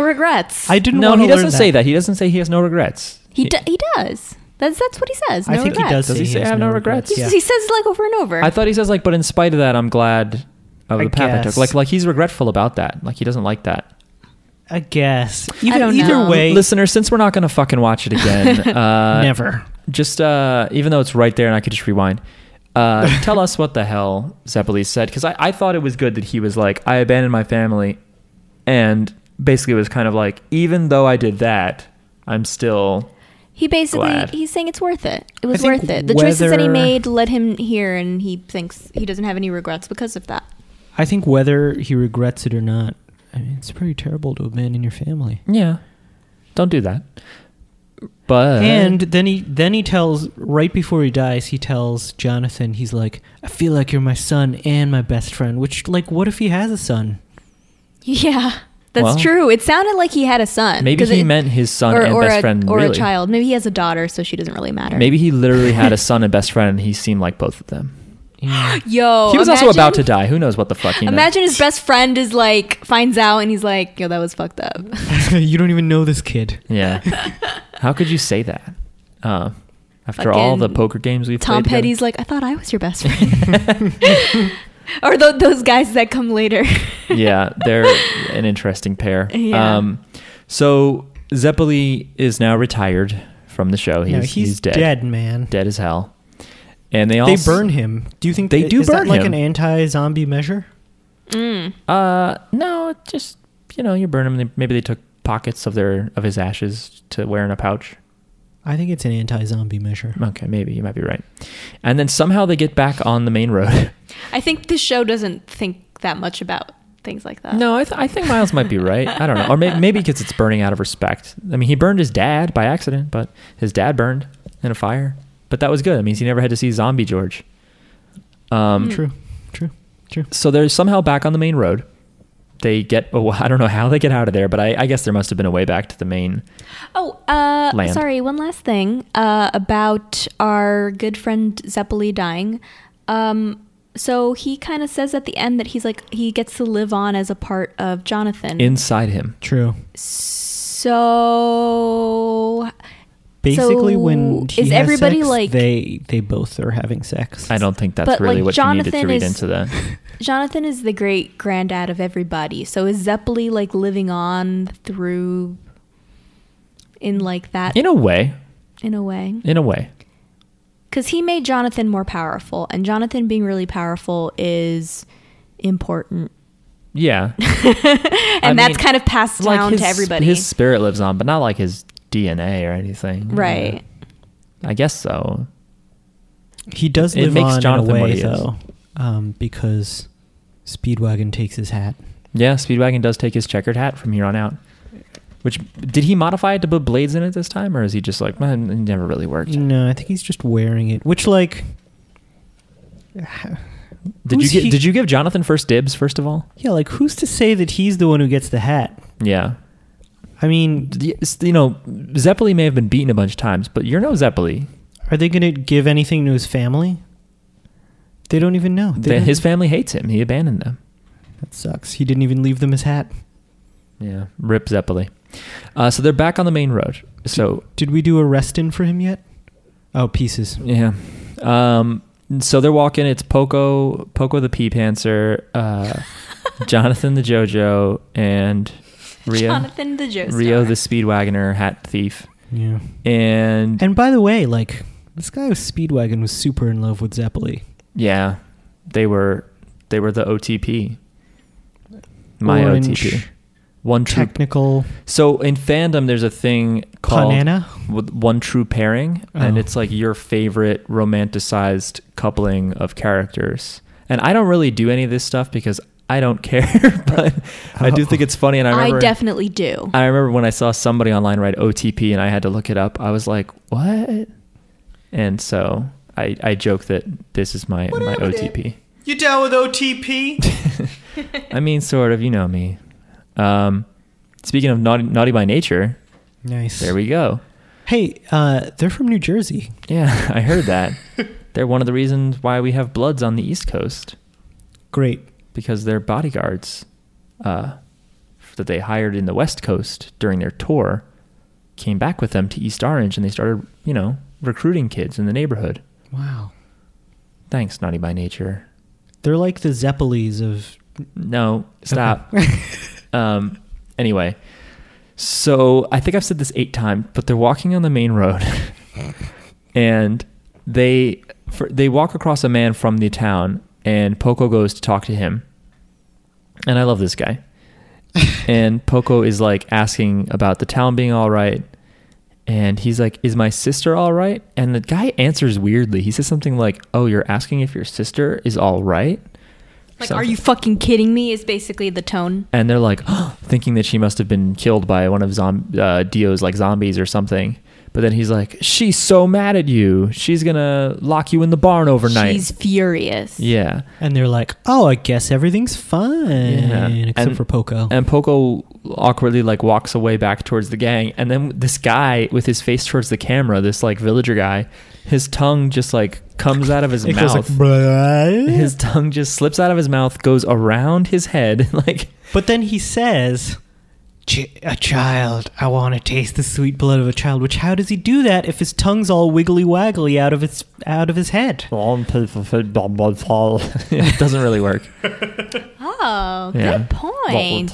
regrets.
I didn't
no,
want to
he doesn't say that. He doesn't say he has no regrets.
he do, he does. That's that's what he says. No
I think
regrets.
he does.
Does he say,
has
"I have no regrets"?
He,
Yeah.
he says it, like over and over.
I thought he says like, but in spite of that, I'm glad of
I
the path I took.
guess.
Like, like he's regretful about that. Like he doesn't like that.
I guess. Either,
don't
either
know.
way,
Listener, since we're not gonna fucking watch it again, uh,
never.
Just uh, even though it's right there and I could just rewind. Uh, tell us what the hell Zeppeli said because I, I thought it was good that he was like I abandoned my family, and basically it was kind of like even though I did that, I'm still
he basically
Glad.
he's saying it's worth it. It was
think
worth it. The choices that he
whether-
made led him here and he thinks he doesn't have any regrets because of that.
I think whether he regrets it or not I mean, it's pretty terrible to abandon your family.
Yeah. Don't do that. But
and then he then he tells right before he dies, he tells Jonathan, he's like, I feel like you're my son and my best friend. Which like, what if he has a son?
Yeah, that's
Well-
true. It sounded like he had a son.
maybe
'cause
he
it-
meant his son
or,
and
or
best
a,
friend
or
really.
a child. Maybe he has a daughter, so she doesn't really matter.
Maybe he literally had a son and best friend and he seemed like both of them.
Yeah.
Yo,
he was
Oh, imagine,
also about to die. Who knows what the fuck he meant.
Imagine his best friend is like finds out and he's like, "Yo, that was fucked up."
you don't even know this kid.
Yeah. How could you say that? Uh, after all the
Fucking
poker games we've
Tom
played.
Petty's like, "I thought I was your best friend," or tho- those guys that come later.
yeah, they're an interesting pair.
Yeah.
Um, so Zeppeli is now retired from the show. Oh, He's,
no, he's,
dead.
dead. man.
Dead as hell. And they all
They burn him. Do you think
They do
is that
burn
like an
him.
anti-zombie measure?
Mm.
Uh, no, it just you know, you burn him. They, maybe they took pockets of their of his ashes to wear in a pouch.
I think it's an anti-zombie measure.
Okay, maybe you might be right. And then somehow they get back on the main road.
I think the show doesn't think that much about things like that.
No, I, th- I think Miles might be right. I don't know. Or may- maybe because it's burning out of respect. I mean, he burned his dad by accident, but his dad burned in a fire. But that was good. It means he never had to see Zombie George. Um,
Hmm.
True, true, true.
So they're somehow back on the main road. They get, oh, I don't know how they get out of there, but I, I guess there must have been a way back to the main.
Oh, uh,
Land.
sorry. One last thing uh, about our good friend Zeppeli dying. Um, so he kind of says at the end that he's like he gets to live on as a part of Jonathan.
Inside him.
True.
so
Basically, when
So
he
is
has
everybody
sex,
like-
they they both are having sex.
I don't think that's
But,
really
like,
what you
Jonathan
needed to read
is-
into that.
Jonathan is the great granddad of everybody. So is Zeppeli like living on through in like that
In a way.
in a way?
In a way.
because he made Jonathan more powerful, and Jonathan being really powerful is important,
Yeah.
and
I
that's
mean,
kind of passed
like
down
his,
to
sp-
everybody,
His spirit lives on, but not like his DNA or anything.
right?
I guess so.
He does
It
live
makes
on in
Jonathan
a
what
way
he is.
though, um, because Speedwagon takes his hat.
Yeah, Speedwagon does take his checkered hat from here on out. Which did he modify it to put blades in it this time, or is he just like, man, it never really worked?
No, I think he's just wearing it. Which like,
Did you
Who's
get,
he-
did you give Jonathan first dibs first of all?
yeah, like who's to say that he's the one who gets the hat?
Yeah,
I mean,
D- it's- you know, Zeppeli may have been beaten a bunch of times, but you're no Zeppeli.
are they going to give anything to his family? They don't even know. They
Th-
don't-
His family hates him. He abandoned them.
that sucks. He didn't even leave them his hat.
Yeah, rip Zeppeli. Uh, so they're back on the main road. So
Did we do a rest in for him yet? Oh, pieces.
Yeah. Um, so they're walking. It's Poco, Poco the Pea Panther, uh, Jonathan the JoJo, and Rio,
Jonathan the Joestar.
Rio the Speedwagoner hat thief.
Yeah.
And,
And by the way, like this guy with Speedwagon was super in love with Zeppeli.
yeah, they were they were the OTP. My
Orange
OTP. One true.
Technical
So in fandom, there's a thing called
Panana.
with one true pairing and
Oh.
it's like your favorite romanticized coupling of characters and i don't really do any of this stuff because i don't care but i do think it's funny and i
I,
remember I,
definitely do.
remember when i saw somebody online write otp and i had to look it up i was like what and so i i joke that this is my my otp
You down with OTP?
i mean sort of you know me um speaking of naughty, naughty by nature
nice.
there we go
Hey, uh, they're from New Jersey.
Yeah, I heard that. they're one of the reasons why we have Bloods on the East Coast
Great.
because they're bodyguards uh, that they hired in the West Coast during their tour came back with them to East Orange and they started, you know, recruiting kids in the neighborhood.
Wow.
Thanks, Naughty by Nature.
They're like the Zeppelis of
No, stop. um, anyway, so I think I've said this eight times, but they're walking on the main road, and they for, they walk across a man from the town, and Poco goes to talk to him, and I love this guy, and Poco is like asking about the town being all right. And he's like, "Is my sister all right?" And the guy answers weirdly. He says something like, "Oh, you're asking if your sister is all right?"
Like, are you fucking kidding me? Is basically the tone.
and they're like thinking that she must have been killed by one of zom- uh, Dio's like zombies or something. But then he's like, "She's so mad at you. She's gonna lock you in the barn overnight."
She's furious.
yeah,
And they're like, oh, I guess everything's fine.
Yeah.
Except
And-
for Poco.
and Poco awkwardly like walks away back towards the gang, and then this guy with his face towards the camera, this like villager guy, his tongue just like comes out of his
it goes
mouth.
like, "Bruh."
his tongue just slips out of his mouth, goes around his head, like
but then he says, "Ch- a child, I want to taste the sweet blood of a child. Which, how does he do that if his tongue's all wiggly waggly out of his, out of his head?
it doesn't really work.
Oh,
Yeah.
good point.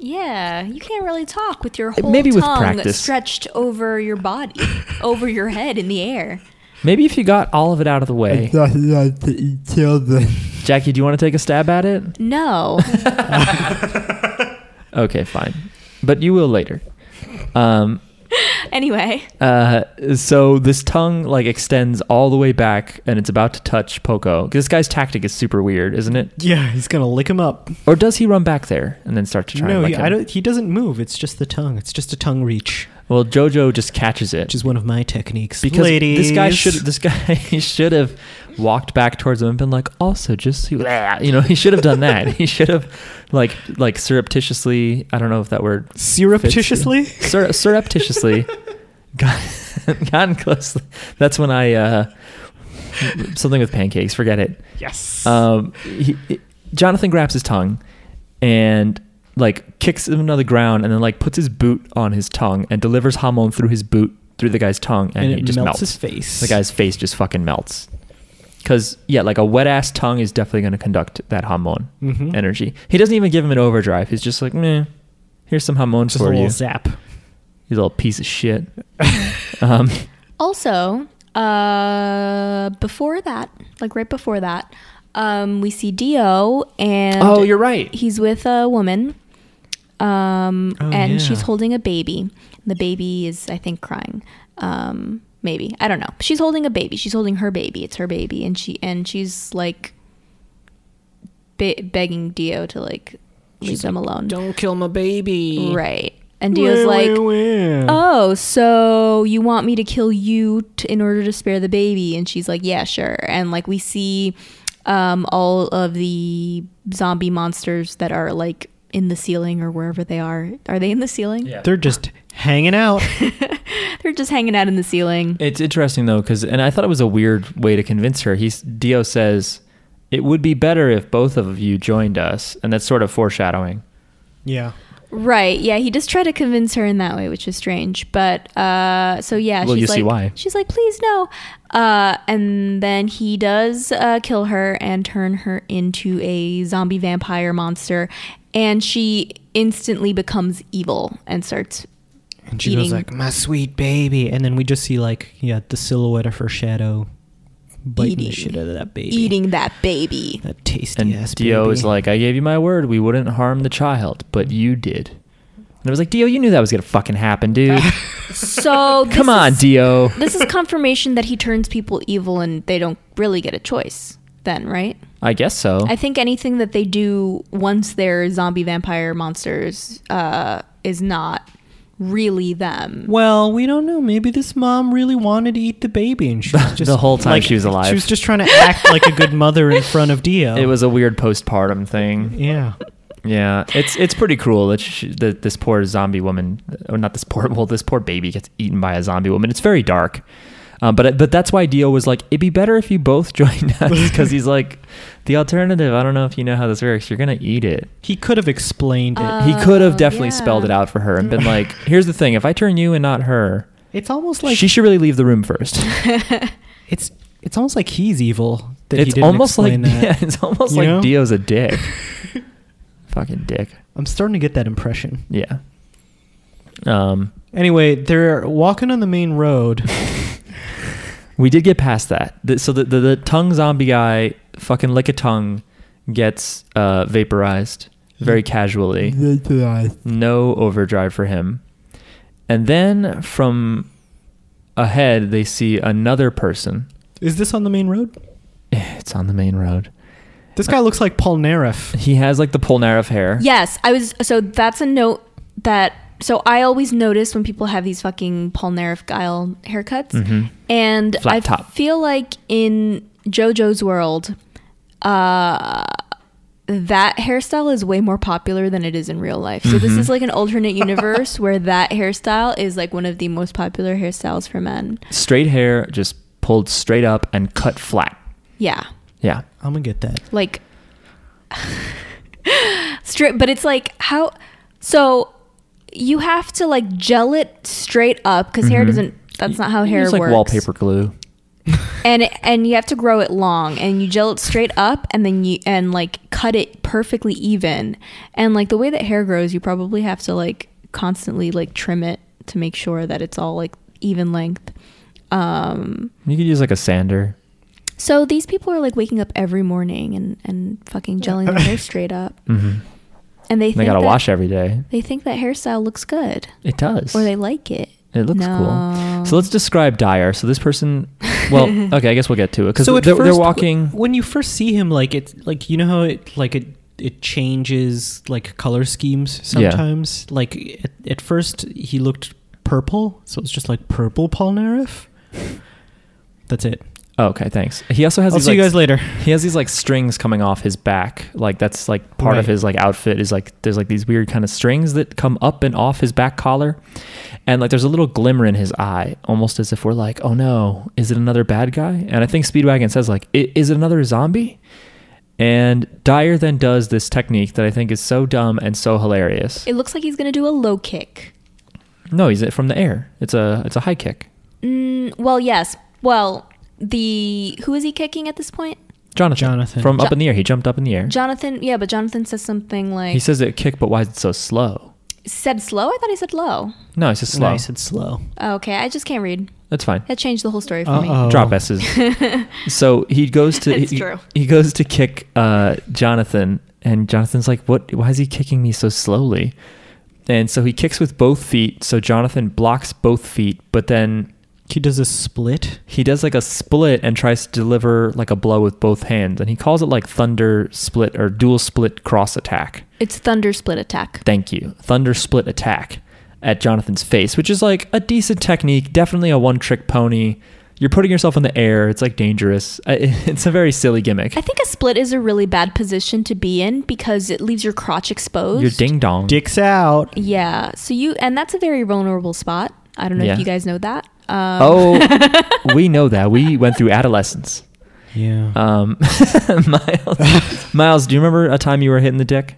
Yeah, you can't really talk with your whole
Maybe with
tongue
practice.
stretched over your body, over your head in the air.
Maybe if you got all of it out of the way. Jackie, do you want to take a stab at it?
No.
Okay, fine. But you will later. Um,
anyway,
uh, so this tongue like extends all the way back and it's about to touch Poco. This guy's tactic is super weird, isn't it?
Yeah, he's gonna lick him up.
Or does he run back there and then start to try and
no,
lick
he,
him?
I don't, he doesn't move. It's just the tongue. It's just a tongue reach,
Well, Jojo just catches it.
which is one of my techniques.
because
Ladies,
this guy should this guy should have walked back towards him and been like, also just so you you know, he should have done that. he should have like like surreptitiously, I don't know if that word
surreptitiously.
Sur- surreptitiously got, gotten close. That's when I uh, something with pancakes. Forget it.
Yes.
Um, he, he- Jonathan grabs his tongue and like kicks him to the ground, and then like puts his boot on his tongue and delivers Hamon through his boot through the guy's tongue, and,
and
he
it
just
melts,
melts.
his face.
The guy's face just fucking melts. Cause yeah, like a wet ass tongue is definitely going to conduct that Hamon
Mhm.
energy. He doesn't even give him an overdrive. He's just like, meh. Here's some Hamon
just a
for
little
you.
zap.
You little piece of shit. um,
also, uh, before that, like right before that, um, we see Dio and
oh, you're right.
he's with a woman um,
Oh,
and
yeah.
she's holding a baby the baby is i think crying um, maybe i don't know she's holding a baby she's holding her baby it's her baby and she and she's like be- begging dio to like leave them alone
Don't kill my baby.
right and dio's like oh so you want me to kill you t- in order to spare the baby and she's like yeah sure and like we see um, all of the zombie monsters that are like in the ceiling or wherever they are are they in the ceiling
They're just hanging out.
they're just hanging out in the ceiling
It's interesting though, because and I thought it was a weird way to convince her. He's Dio says it would be better if both of you joined us, and that's sort of foreshadowing.
yeah.
right yeah he does try to convince her in that way which is strange but uh so yeah
Well,
she's
you
like
see why.
she's like please no uh and then he does uh kill her and turn her into a zombie vampire monster and she instantly becomes evil and starts
And she
Eating.
goes like, "My sweet baby," and then we just see like, yeah, the silhouette of her shadow biting
Eating.
the shit out of that baby.
eating that baby
that tasty
And
ass
Dio
baby.
is like, I gave you my word, we wouldn't harm the child, but you did. And I was like, Dio, you knew that was gonna fucking happen, dude.
so this
Come on,
is-
Dio.
this is confirmation that he turns people evil and they don't really get a choice then right
I guess so.
I think anything that they do once they're zombie vampire monsters uh, is not really them.
Well, we don't know. Maybe this mom really wanted to eat the baby, and she was just
The whole time
like,
she was alive.
She was just trying to act like a good mother in front of Dio.
it was a weird postpartum thing.
yeah.
Yeah, it's it's pretty cruel that, she, that this poor zombie woman, or not this poor, well, this poor baby gets eaten by a zombie woman. It's very dark, um, but but that's why Dio was like, it'd be better if you both joined us because he's like, the alternative. I don't know if you know how this works. You're gonna eat it.
He could have explained it.
Uh,
He could have
Oh,
definitely
yeah.
spelled it out for her and been like, here's the thing: if I turn you and not her,
it's almost like
she should really leave the room first.
it's it's almost like he's evil. That he
It's
didn't
almost like
explain that.
yeah, it's almost
You
like
know?
Dio's a dick. Fucking dick.
I'm starting to get that impression.
Yeah. Um.
Anyway, they're walking on the main road.
We did get past that. The- So the, the, the tongue zombie guy, fucking lick a tongue, gets uh, vaporized very casually. No overdrive for him. And then from ahead, they see another person.
Is this on the main road?
It's on the main road.
This guy looks like Paul Nareff.
He has like the Polnareff hair.
Yes, I was. So that's a note that. So I always notice when people have these fucking Paul Nareff Guile haircuts,
Mhm.
and
Flat
I
top.
feel like in JoJo's world, uh, that hairstyle is way more popular than it is in real life. So this
Mhm.
is like an alternate universe where that hairstyle is like one of the most popular hairstyles for men.
Straight hair, just pulled straight up and cut flat.
Yeah,
Yeah.
I'm gonna get that.
like straight but it's like how so you have to like gel it straight up because hair
Mhm.
doesn't that's not how
You
hair
use, like
works
wallpaper glue.
and and you have to grow it long and you gel it straight up and then you and like cut it perfectly even and like the way that hair grows you probably have to like constantly like trim it to make sure that it's all like even length um
You could use like a sander.
so these people are like waking up every morning and and fucking gelling their hair straight up
Mm-hmm.
and they
They,
think
gotta
that-
wash every day.
They think that hairstyle looks good,
It does.
or they like it.
It looks
No.
cool. So let's describe Dyer. So this person, well, okay, I guess we'll get to it because
at
they're, they're
first,
walking.
When you first see him, like it's like you know how it like it it changes like color schemes
Yeah.
sometimes. Like at, at first he looked purple, so it's just like purple Paul Nareff. That's it.
Oh, okay, thanks. He also has.
I'll
these,
see you
like,
guys later.
He has these like strings coming off his back. Like that's like part of
Right.
his like outfit is like there's like these weird kind of strings that come up and off his back collar. And like there's a little glimmer in his eye, almost as if we're like, "Oh no, is it another bad guy?" And I think Speedwagon says like, "I- "Is it another zombie?" And Dyer then does this technique that I think is so dumb and so hilarious.
It looks like he's gonna do a low kick.
No, he's from the air. It's a it's a high kick.
Mm, well, yes. Well, the who is he kicking at this point?
Jonathan.
Jonathan.
From
Jo-
up in the air. He jumped up in the air.
Jonathan. Yeah, but Jonathan says something like
he says it kick, but why is it so slow?
said slow. I thought he said low. Oh,
No, it's just slow.
Nice and slow.
Okay, I just can't read.
That's fine.
That changed the whole story for
Uh-oh.
Drop S's. so he goes to
It's
he,
true.
he goes to kick uh, Jonathan, and Jonathan's like, "What? Why is he kicking me so slowly?" And so he kicks with both feet. So Jonathan blocks both feet, but then
He does a split.
he does like a split and tries to deliver like a blow with both hands, and he calls it like thunder split or dual split cross attack.
me. It's thunder split attack.
Thank you. Thunder split attack at Jonathan's face, which is like a decent technique, definitely a one trick pony. You're putting yourself in the air. It's like dangerous. I- It's a very silly gimmick.
I think a split is a really bad position to be in because it leaves your crotch exposed.
Your ding dong.
Dicks out.
Yeah. So you and that's a very vulnerable spot. I don't know
Yeah.
if you guys know that. Um,
Oh, we know that. We went through adolescence.
Yeah.
Um, Miles, Miles, do you remember a time you were hitting the dick?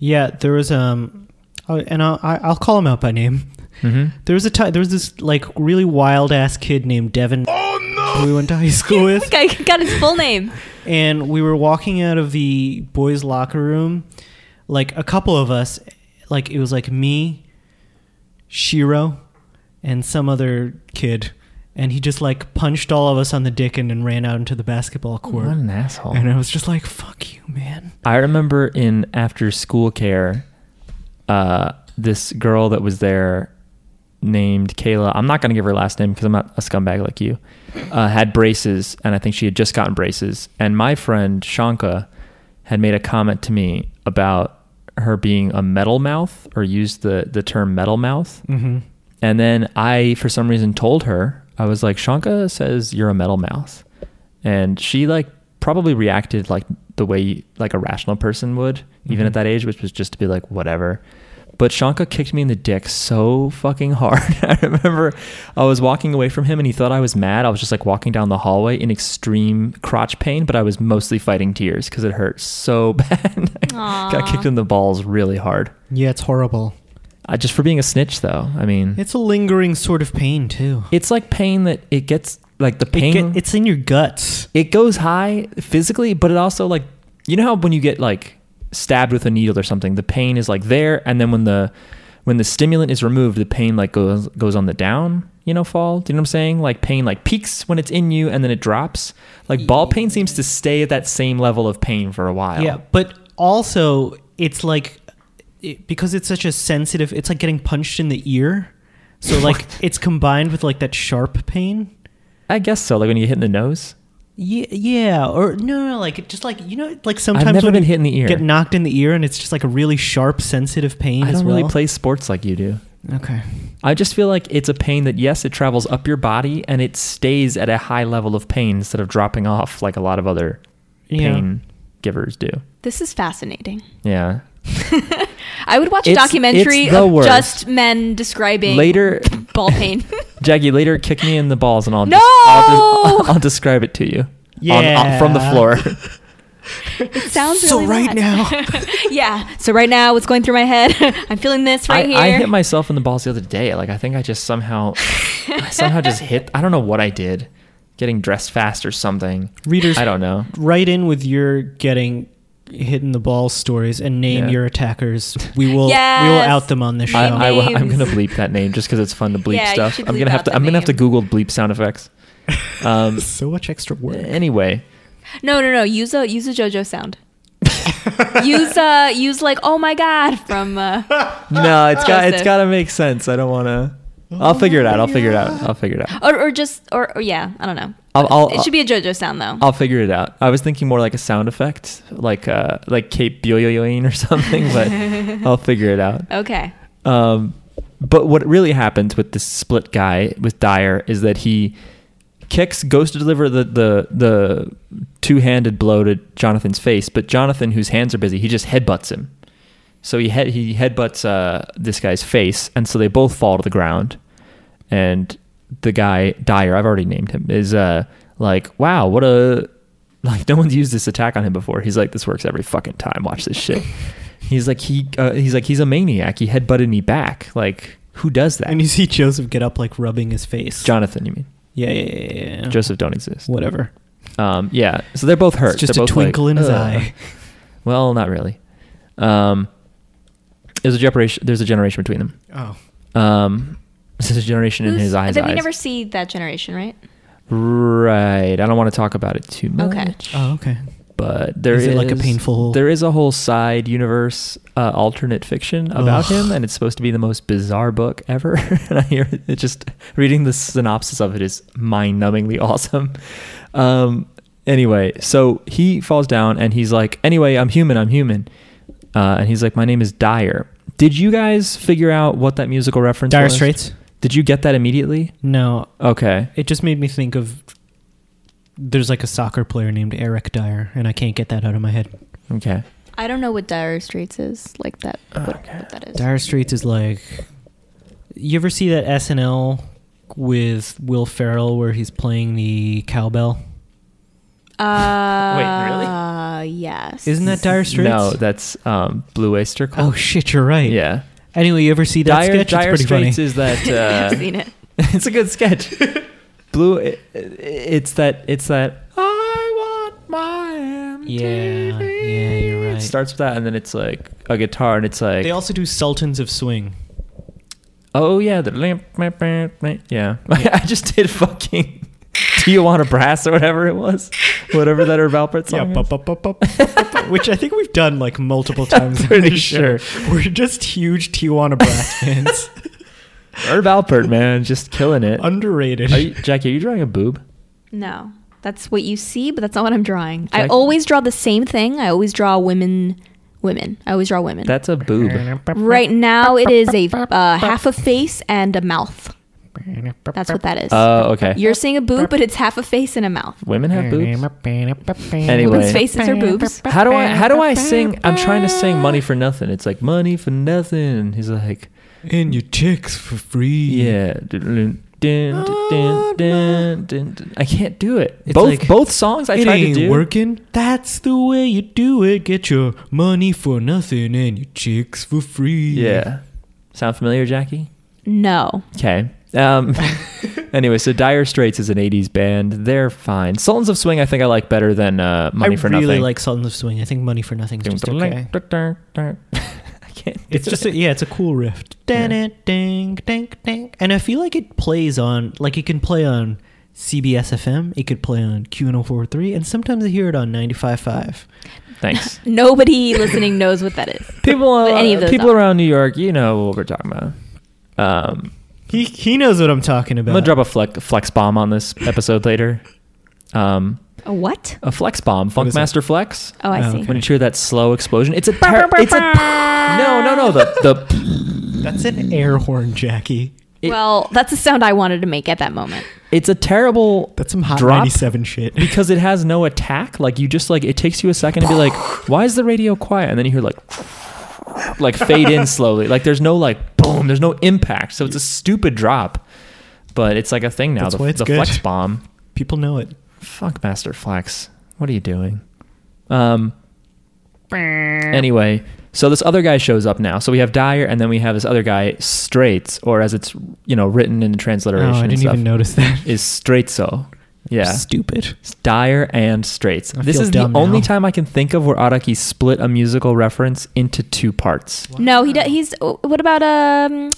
yeah. There was um, oh, and I'll, I- I'll call him out by name.
Mm-hmm.
There was a time. There was this like really wild ass kid named Devin. Oh no! We went to high school with.
I got his full name.
and we were walking out of the boys' locker room, like a couple of us, like it was like me, Shiro, and some other kid, and he just like punched all of us on the dick and then ran out into the basketball court.
What an asshole.
And I was just like, "Fuck you, man!"
I remember in after school care, uh, this girl that was there named Kayla. I'm not going to give her last name because I'm not a scumbag like you. Uh, had braces, and I think she had just gotten braces. And my friend Shanka had made a comment to me about her being a metal mouth or used the, the term metal mouth.
Mm-hmm.
And then I, for some reason, told her, I was like, Shanka says you're a metal mouth. And she, like, probably reacted like the way, like, a rational person would, even
Mhm.
at that age, which was just to be like, whatever. But Shanka kicked me in the dick so fucking hard. I remember I was walking away from him and he thought I was mad. I was just like walking down the hallway in extreme crotch pain, but I was mostly fighting tears because it hurt so bad. I Got
Aw.
kicked in the balls really hard.
Yeah, it's horrible.
I, just for being a snitch, though. I mean,
It's a lingering sort of pain too.
it's like pain that it gets like the
It
pain.
get- it's in your guts.
it goes high physically, but it also like you know how when you get like stabbed with a needle or something, the pain is like there, and then when the when the stimulant is removed, the pain like goes goes on the down. You know, fall. Do you know what I'm saying? Like pain, like peaks when it's in you, and then it drops. Like ball pain seems to stay at that same level of pain for a while.
Yeah, but also it's like it, because it's such a sensitive. It's like getting punched in the ear, so like it's combined with like that sharp pain.
I guess so. Like when you get hit in the nose.
Yeah, yeah, or no, no, like just like you know, like sometimes
never
when
been
you
hit in the ear.
get knocked in the ear, and it's just like a really sharp, sensitive pain.
I
as
don't really
well.
play sports like you do.
Okay,
I just feel like it's a pain that yes, it travels up your body and it stays at a high level of pain instead of dropping off like a lot of other
Yeah.
pain givers do.
This is fascinating.
Yeah.
I would watch a
It's-
documentary
it's the
of
worst.
just men describing
Later,
ball pain.
Jackie, later kick me in the balls and I'll
No!
just, I'll, just- I'll describe it to you. On- on- from the
Yeah.
floor.
it sounds
so
really
right
bad.
now.
yeah. So right now, what's going through my head? I'm feeling this
I,
right here.
I hit myself in the balls the other day. Like I think I just somehow I somehow just hit I don't know what I did. Getting dressed fast or something.
Readers-
I don't know.
Right in with your getting hit in the ball stories and name
Yeah.
your attackers. We will we will
Yes.
out them on this show.
I, I, will- I'm
names.
gonna bleep that name just because it's fun to bleep
Yeah, you
stuff.
should
I'm
bleep
gonna have
out
to.
the
I'm gonna have to
name.
Google bleep sound effects. Um,
so much extra work.
anyway,
No, no, no. Use a use a JoJo sound. use uh use like oh my god from uh
no, it's got it's
Joseph.
got to make sense. I don't want to.
Oh
I'll figure it out. I'll figure it out. I'll figure it out.
or, or just or, or yeah I don't know.
I'll, I'll,
It should be a JoJo sound though.
I'll figure it out. I was thinking more like a sound effect, like uh, like Kate Bioyoin or something, but I'll figure it out.
okay.
Um, but what really happens with this split guy with Dyer is that he kicks, goes to deliver the the, the two handed blow to Jonathan's face, but Jonathan, whose hands are busy, he just headbutts him. So he head he headbutts uh, this guy's face, and so they both fall to the ground. And the guy Dyer, I've already named him, is uh like, wow, what a like no one's used this attack on him before. He's like, this works every fucking time. Watch this shit. He's like he uh, he's like he's a maniac. He headbutted me back. Like who does that?
And you see Joseph get up, like rubbing his face.
Jonathan, you mean
Yeah, yeah, yeah, yeah, yeah.
Joseph? Don't exist.
Whatever.
Um, yeah. So they're both hurt.
It's just
They're
a
both like,
twinkle in his
"Ugh."
eye.
Well, not really. Um, there's a generation. There's a generation between them.
Oh,
Um, there's a generation in
Who's-
his eyes.
Then we
eyes.
never see that generation, right?
right. I don't want to talk about it too much.
Okay.
oh, okay.
But there is
Is it like a painful-
There is a whole side universe, uh, alternate fiction about
Ugh.
him, and it's supposed to be the most bizarre book ever. and I hear it, it just reading the synopsis of it is mind-numbingly awesome. Um, anyway, so he falls down and he's like, "Anyway, I'm human. I'm human." Uh, and he's like, "My name is Dyer." Did you guys figure out what that musical reference?
Dire
was?
Straits.
Did you get that immediately?
No,
Okay.
it just made me think of. There's like a soccer player named Eric Dyer, and I can't get that out of my head.
Okay.
I don't know what Dire Straits is like that. What,
Okay.
what that is.
Dire Straits is like. You ever see that SNL with Will Ferrell where he's playing the cowbell?
Uh, Wait, really? Yes.
Isn't that Dire Straits?
No, that's um, Blue Oyster Cult.
Oh shit, you're right.
Yeah.
Anyway, you ever see that
Dire,
sketch?
dire
it's pretty
Straits
funny.
is that uh,
I've seen it.
it's a good sketch. Blue, i- i- it's that it's that I want my MTV.
Yeah, yeah, you're
It
right.
starts with that, and then it's like a guitar, and it's like
They also do Sultans of Swing.
oh yeah, the lamp, lamp, lamp, lamp. yeah. I just did fucking Tijuana Brass or whatever it was, whatever that Herb Alpert song. is.
bup, bup, bup, bup, bup, bup, which I think we've done like multiple times. on
pretty
this show. We're just huge Tijuana Brass fans.
Herb Alpert, man, just killing it.
Underrated.
Are you, Jackie, are you drawing a boob?
No, that's what you see, but that's not what I'm drawing. I
Jack-
always draw the same thing. I always draw women, women. I always draw women.
That's a boob.
right now, it is a uh, half a face and a mouth. That's what that is.
Oh, okay.
You're seeing a boob, but it's half a face and a mouth.
Women have boobs.
Anyway,
Women's
faces are boobs.
How do I how do I sing? I'm trying to sing money for nothing. It's like money for nothing. He's like,
And your chicks for free.
yeah. Dun, dun, dun, dun, dun, dun. I can't do it.
It's
both
like,
both songs I
it
tried to
ain't
do.
working. That's the way you do it. Get your money for nothing and your chicks for free.
Yeah. Sound familiar, Jackie?
No.
Okay. Um, anyway, so Dire Straits is an '80s band. They're fine. Sultans of Swing, I think I like better than uh, Money
I
for
really
Nothing.
like Sultans of Swing. I think Money for Nothing's just okay.
I can't. do
It's just
it.
a, yeah, it's a cool riff.
Yeah.
Dun it, ding, ding, ding. And I feel like it plays on like it can play on CBS FM, it could play on Q1043, and sometimes I hear it on 95.5.
thanks.
Nobody listening knows what that is.
people uh,
But any of those
people
are.
around New York, you know what we're talking about. Um,
He he knows what I'm talking
I'm
about.
gonna drop a flex, flex bomb on this episode later. Um,
A what?
A flex bomb,
is it?
Funkmaster Flex.
Oh, I
Oh,
see.
okay.
When you hear that slow explosion, it's a ter- it's a no, no, no. The the
That's an air horn, Jackie.
it-
well, that's the sound I wanted to make at that moment.
it's a terrible
That's some hot
drop
97 shit.
because it has no attack. Like you just like it takes you a second to be like, why is the radio quiet? And then you hear like like fade in slowly. Like there's no like boom. There's no impact. So it's a stupid drop, but it's like a thing now.
That's
the
why it's
the
good.
flex bomb.
People know it.
Fuck Master Flex. What are you doing? Um anyway, so this other guy shows up now. So we have Dyer and then we have this other guy, Straits, or as it's you know, written in the transliteration.
Oh, I
and
didn't
stuff,
even notice that.
Is Straitso. Yeah.
Stupid.
Dyer and Straits.
I
This
feel
is the
dumb now.
only time I can think of where Araki split a musical reference into two parts.
No, he do, he's. oh, What about um?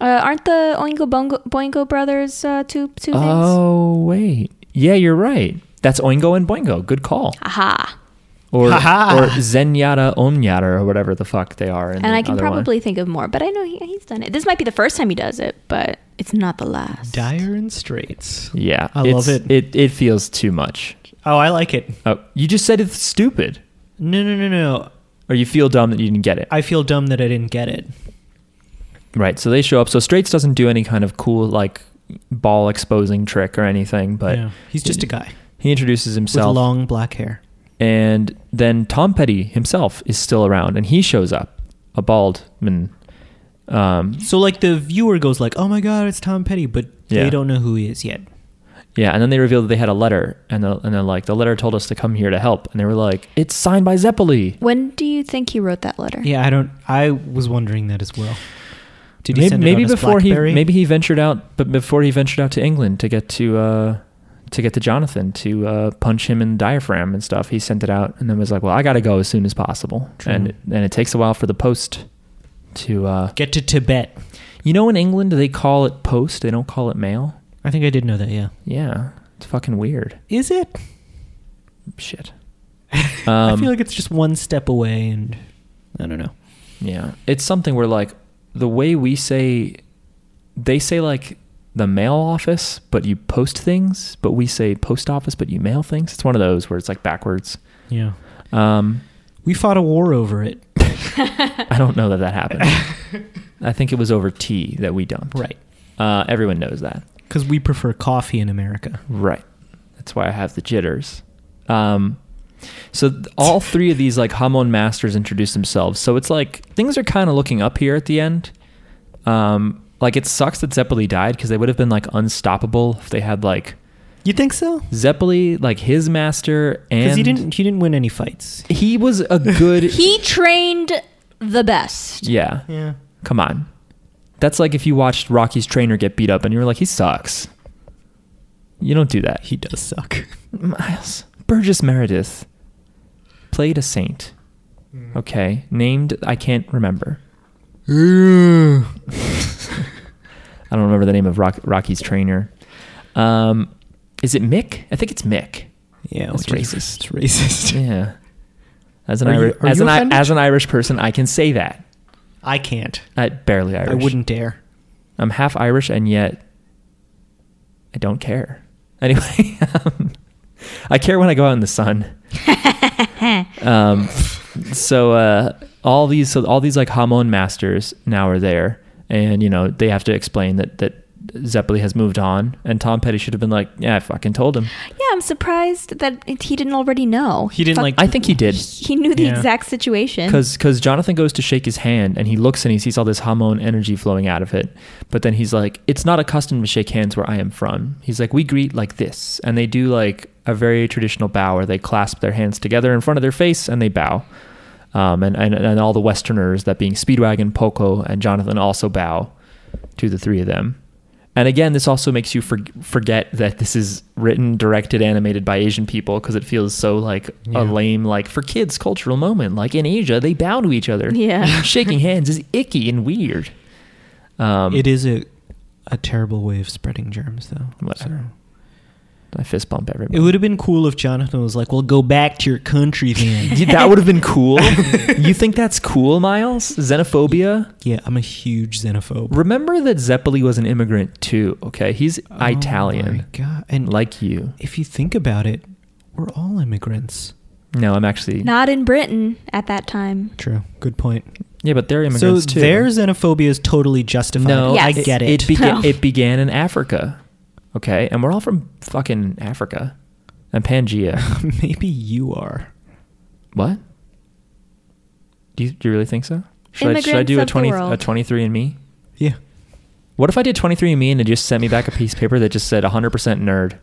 Uh, aren't the Oingo Boingo, Boingo brothers uh, two two things?
Oh wait. Yeah, you're right. That's Oingo and Boingo. Good call.
Aha!
Or
Ha-ha.
or Zenyatta Omnyata or whatever the fuck they are. in
And
the
I can
other one.
probably think of more, but I know he, he's done it. This might be the first time he does it, but it's not the last.
Dire and Straits.
Yeah,
I love
it's-
it.
It it feels too much.
Oh, I like it.
Oh, you just said it's stupid,
No, no, no, no.
or you feel dumb that you didn't get it.
I feel dumb that I didn't get it.
right. So they show up. So Straits doesn't do any kind of cool like ball exposing trick or anything, but
Yeah. he's just a guy
he introduces
with
himself.
long black hair.
and then Tom Petty himself is still around, and he shows up, a bald man. Um,
So like the viewer goes like, "Oh my god, it's Tom Petty," but
Yeah.
they don't know who he is yet.
yeah, and then they reveal that they had a letter, and the, and they're like, the letter told us to come here to help, and they were like, it's signed by Zeppeli.
When do you think he wrote that letter?
Yeah, I don't. I was wondering that as well. Did he
maybe,
send it
maybe
on his
before
BlackBerry?
he maybe he ventured out, but before he ventured out to England to get to uh, to get to Jonathan to uh, punch him in the diaphragm and stuff, he sent it out and then was like, "Well, I got to go as soon as possible."
True.
And and it takes a while for the post to uh,
get to Tibet?
you know in England they call it post, they don't call it mail.
I think I did know that. Yeah,
Yeah, it's fucking weird.
is it?
Shit.
I
Um,
feel like it's just one step away, and I don't know.
Yeah. It's something where like the way we say they say like the mail office, but you post things, but we say post office, but you mail things. It's one of those where it's like backwards.
Yeah,
Um,
we fought a war over it.
I don't know that that happened. I think it was over tea that we dumped.
Right.
Uh, everyone knows that.
Because we prefer coffee in America.
Right. That's why I have the jitters. Um, so th- all three of these like Hamon masters introduce themselves. So it's like things are kind of looking up here at the end. Um, like it sucks that Zeppeli died because they would have been like unstoppable if they had like
You think so?
Zeppeli, like his master, and
Because he didn't. He didn't win any fights.
He was a good.
He trained the best.
yeah.
Yeah.
Come on. That's like if you watched Rocky's trainer get beat up and you were like, he sucks. You don't do that.
He does suck.
Miles Burgess Meredith played a saint.
Mm.
Okay, named I can't remember. Mm. I don't remember the name of Rock, Rocky's trainer. Um, is it Mick? I think it's Mick.
Yeah,
That's
which is-
racist.
It's racist.
Yeah. As an
Are you-
Irish,
are
as
you
an I-
offended?
as an Irish person, I can say that.
I can't.
I barely Irish.
I wouldn't dare.
I'm half Irish and yet I don't care. Anyway, um, I care when I go out in the sun. um, so uh, all these, so all these like Hamon masters now are there, and you know they have to explain that that Zeppeli has moved on, and Tom Petty should have been like, yeah, I fucking told him.
Yeah, I'm surprised that it, he didn't already know.
He didn't
Fuck,
like.
I think he did.
He knew the
Yeah.
exact situation.
Because Jonathan goes to shake his hand and he looks and he sees all this hormone energy flowing out of it. But then he's like, it's not accustomed to shake hands where I am from. He's like, we greet like this. And they do like a very traditional bow where they clasp their hands together in front of their face and they bow. Um, and, and, and all the Westerners, that being Speedwagon, Poco, and Jonathan, also bow to the three of them. And again, this also makes you for- forget that this is written, directed, animated by Asian people because it feels so like a
Yeah.
lame, like for kids, cultural moment. Like in Asia, they bow to each other.
Yeah.
Shaking hands is icky and weird. Um,
it is a a terrible way of spreading germs, though.
Whatever. I fist bump everybody.
It would have been cool if Jonathan was like, "Well, go back to your country then."
Yeah, that would have been cool. you think that's cool, Miles? Xenophobia?
yeah, I'm a huge xenophobe.
Remember that Zeppeli was an immigrant too, okay? He's
Oh my
Italian,
God, and like,
like you.
if you think about it, We're all immigrants.
No, I'm actually.
Not in Britain at that time.
True. Good point.
Yeah, but they're immigrants
so
too.
their xenophobia is totally justified.
No,
I
Yes.
get it.
It, bega-
No.
it began in Africa. Okay, and we're all from fucking Africa and Pangaea.
Maybe you are.
what? Do you, do you really think so? Should I, should I
Immigrants
do a
of the
twenty a
world.
twenty three and me?
Yeah.
What if I did 23andMe and it just sent me back a piece of paper that just said 100% nerd?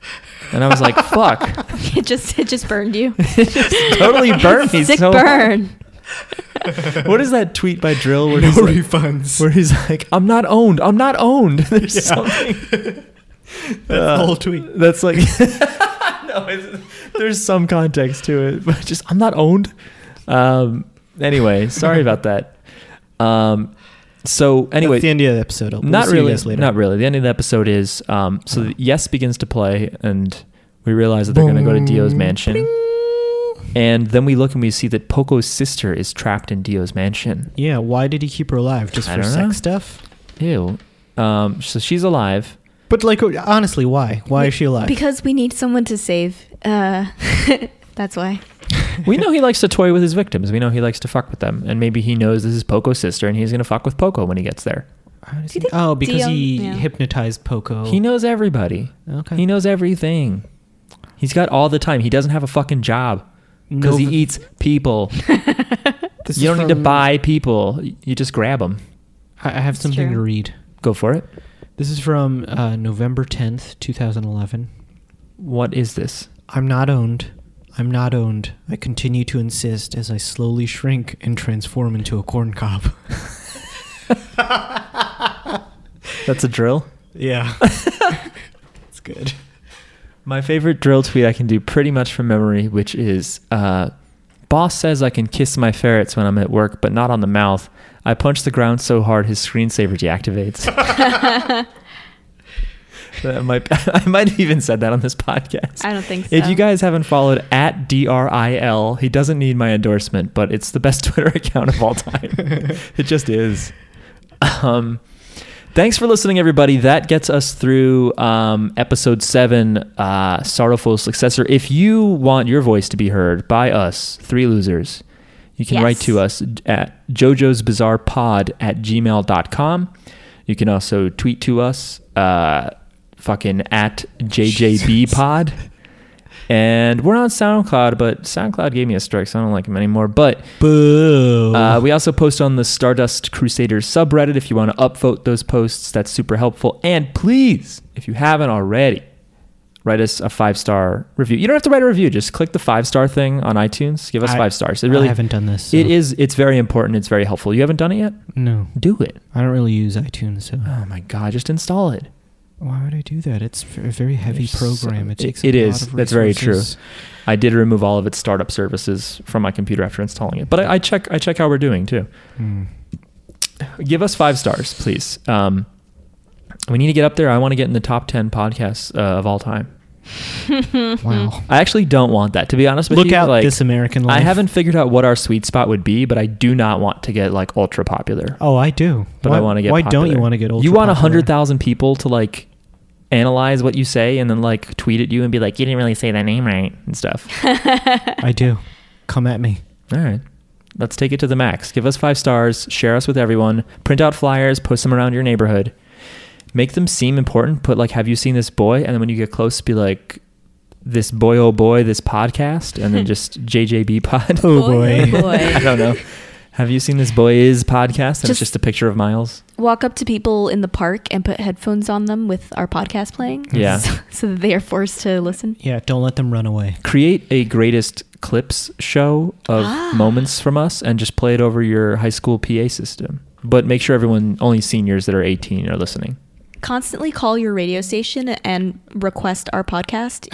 And I was like, fuck.
it just it just burned you.
It just totally burned me
Sick
so
burn.
What is that tweet by Drill where
no
he's, like,
refunds.
where he's like, I'm not owned. I'm not owned. There's
Yeah.
something. Uh,
That's the whole tweet.
That's like, no, it's, there's some context to it, but just, I'm not owned. Um, anyway, sorry about that. Um, so, anyway.
That's the end of the episode. We'll
not
see you
really.
guys later. Uh-huh.
Not really. The end of the episode is um, so the yes begins to play, and we realize that they're
Boom.
going to go to Dio's mansion.
Bling.
And then we look and we see that Poco's sister is trapped in Dio's mansion.
Yeah, why did he keep her alive? Just
I
for
don't
sex
know.
stuff?
Ew. Um, so she's alive.
But like oh, honestly, why? Why is she alive?
Because we need someone to save. Uh, that's why.
We know he likes to toy with his victims. We know he likes to fuck with them. And maybe he knows this is Poco's sister and he's going to fuck with Poco when he gets there.
How does
Do you
he-
think
oh, because
Dion-
he
yeah.
hypnotized Poco.
He knows everybody.
Oh. Okay.
He knows everything. He's got all the time. He doesn't have a fucking job because
Nova-
he eats people.
This
you
is
don't need to
from-
buy people. Y- You just grab them.
I, I have
It's
something
true.
to read.
Go for it.
This is from uh, November tenth, two thousand eleven.
What is this?
I'm not owned. I'm not owned. I continue to insist as I slowly shrink and transform into a corn cob.
That's a drill.
yeah. It's good.
My favorite drill tweet I can do pretty much from memory, which is uh, Boss says I can kiss my ferrets when I'm at work, but not on the mouth. I punch the ground so hard his screensaver deactivates. that might, I might have even said that on this podcast.
I don't think so.
If you guys haven't followed at DRIL, he doesn't need my endorsement, but it's the best Twitter account of all time. it just is. Um, thanks for listening, everybody. That gets us through um, episode seven, uh, Sorrowful Successor. If you want your voice to be heard by us, three losers, you can
Yes.
write to us at jojo's bizarre pod at gmail.com. You can also tweet to us, uh, fucking at JJB pod. And we're on SoundCloud, but SoundCloud gave me a strike, so I don't like him anymore. But
Boo.
uh, we also post on the Stardust Crusaders subreddit if you want to upvote those posts. That's super helpful. And please, if you haven't already, write us a five star review. You don't have to write a review; just click the five star thing on iTunes. Give us
I-
five stars. It really
I haven't done this. so-
It is. It's very important. It's very helpful. You haven't done it yet.
No.
Do it.
I don't really use iTunes, so
Oh my god! Just install it.
why would I do that? It's v- a very heavy
There's
program.
so-
It takes
it
a
is.
Lot of
That's very true.
resources.
I did remove all of its startup services from my computer after installing it. But I, I check. I check how we're doing too.
Hmm.
give us five stars, please. Um, we need to get up there. I want to get in the top ten podcasts uh, of all time.
Wow.
I actually don't want that, to be honest with
Look
you.
out,
like,
This American Life.
I haven't figured out what our sweet spot would be, but I do not want to get like ultra popular.
Oh, I do.
But
why,
I want to get.
Why don't you
popular.
want to get old?
You want a hundred thousand people to like analyze what you say and then like tweet at you and be like, "You didn't really say that name right" and stuff.
I do. Come at me.
All right. Let's take it to the max. Give us five stars, share us with everyone, print out flyers, post them around your neighborhood. Make them seem important. Put like, have you seen this boy? And then when you get close, be like, this boy, oh boy, this podcast. And then just JJB pod.
Oh
Boy,
boy.
oh boy.
I don't know. Have you seen this boy is podcast? And it's
Just-
just a picture of Miles.
Walk up to people in the park and put headphones on them with our podcast playing.
Yeah.
So, so that they are forced to listen.
yeah. Don't let them run away.
Create a greatest clips show of
Ah.
moments from us and just play it over your high school PA system. But make sure everyone, only seniors that are 18 are listening.
Constantly call your radio station and request our podcast.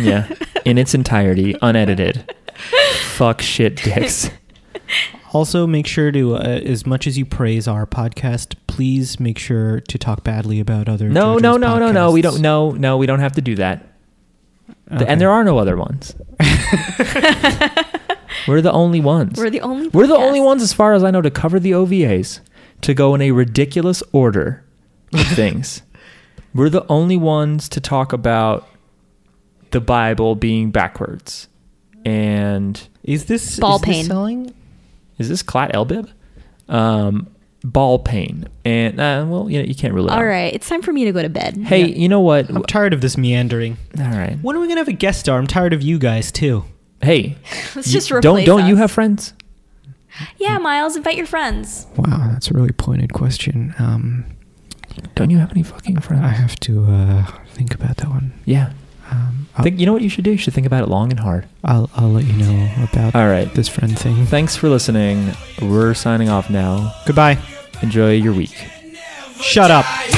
Yeah. In its entirety, unedited. Fuck shit dicks.
Also, make sure to, uh, as much as you praise our podcast, please make sure to talk badly about other.
No, no,
JoJo's
no, no, no. We don't
podcasts.
no, no, we don't have to do that. Th-
Okay.
And there are no other ones. We're the only ones.
We're the only.
We're the only
podcast.
ones as far as I know to cover the OVAs to go in a ridiculous order of things. We're the only ones to talk about the Bible being backwards. And
Is this
Ball
is this
pain.
selling?
is this Clat Elbib? Um, ball pain. And uh, well, you know, you can't rule it out.
All right, it's time for me to go to bed.
Hey,
Yeah.
you know what?
I'm tired of this meandering.
All right.
When are we gonna have a guest star? I'm tired of you guys too.
Hey,
Let's
you-
just replace
don't don't you
us.
have friends?
Yeah, Miles, invite your friends.
Wow, that's a really pointed question. Um,
Don't you have any fucking friends?
have to uh, think about that one.
yeah.
Um,
Think you know what you should do? You should think about it long and hard.
I'll I'll let you know about
All right.
this friend thing.
Thanks for listening. We're signing off now.
Goodbye.
Enjoy your week.
Shut up.
die.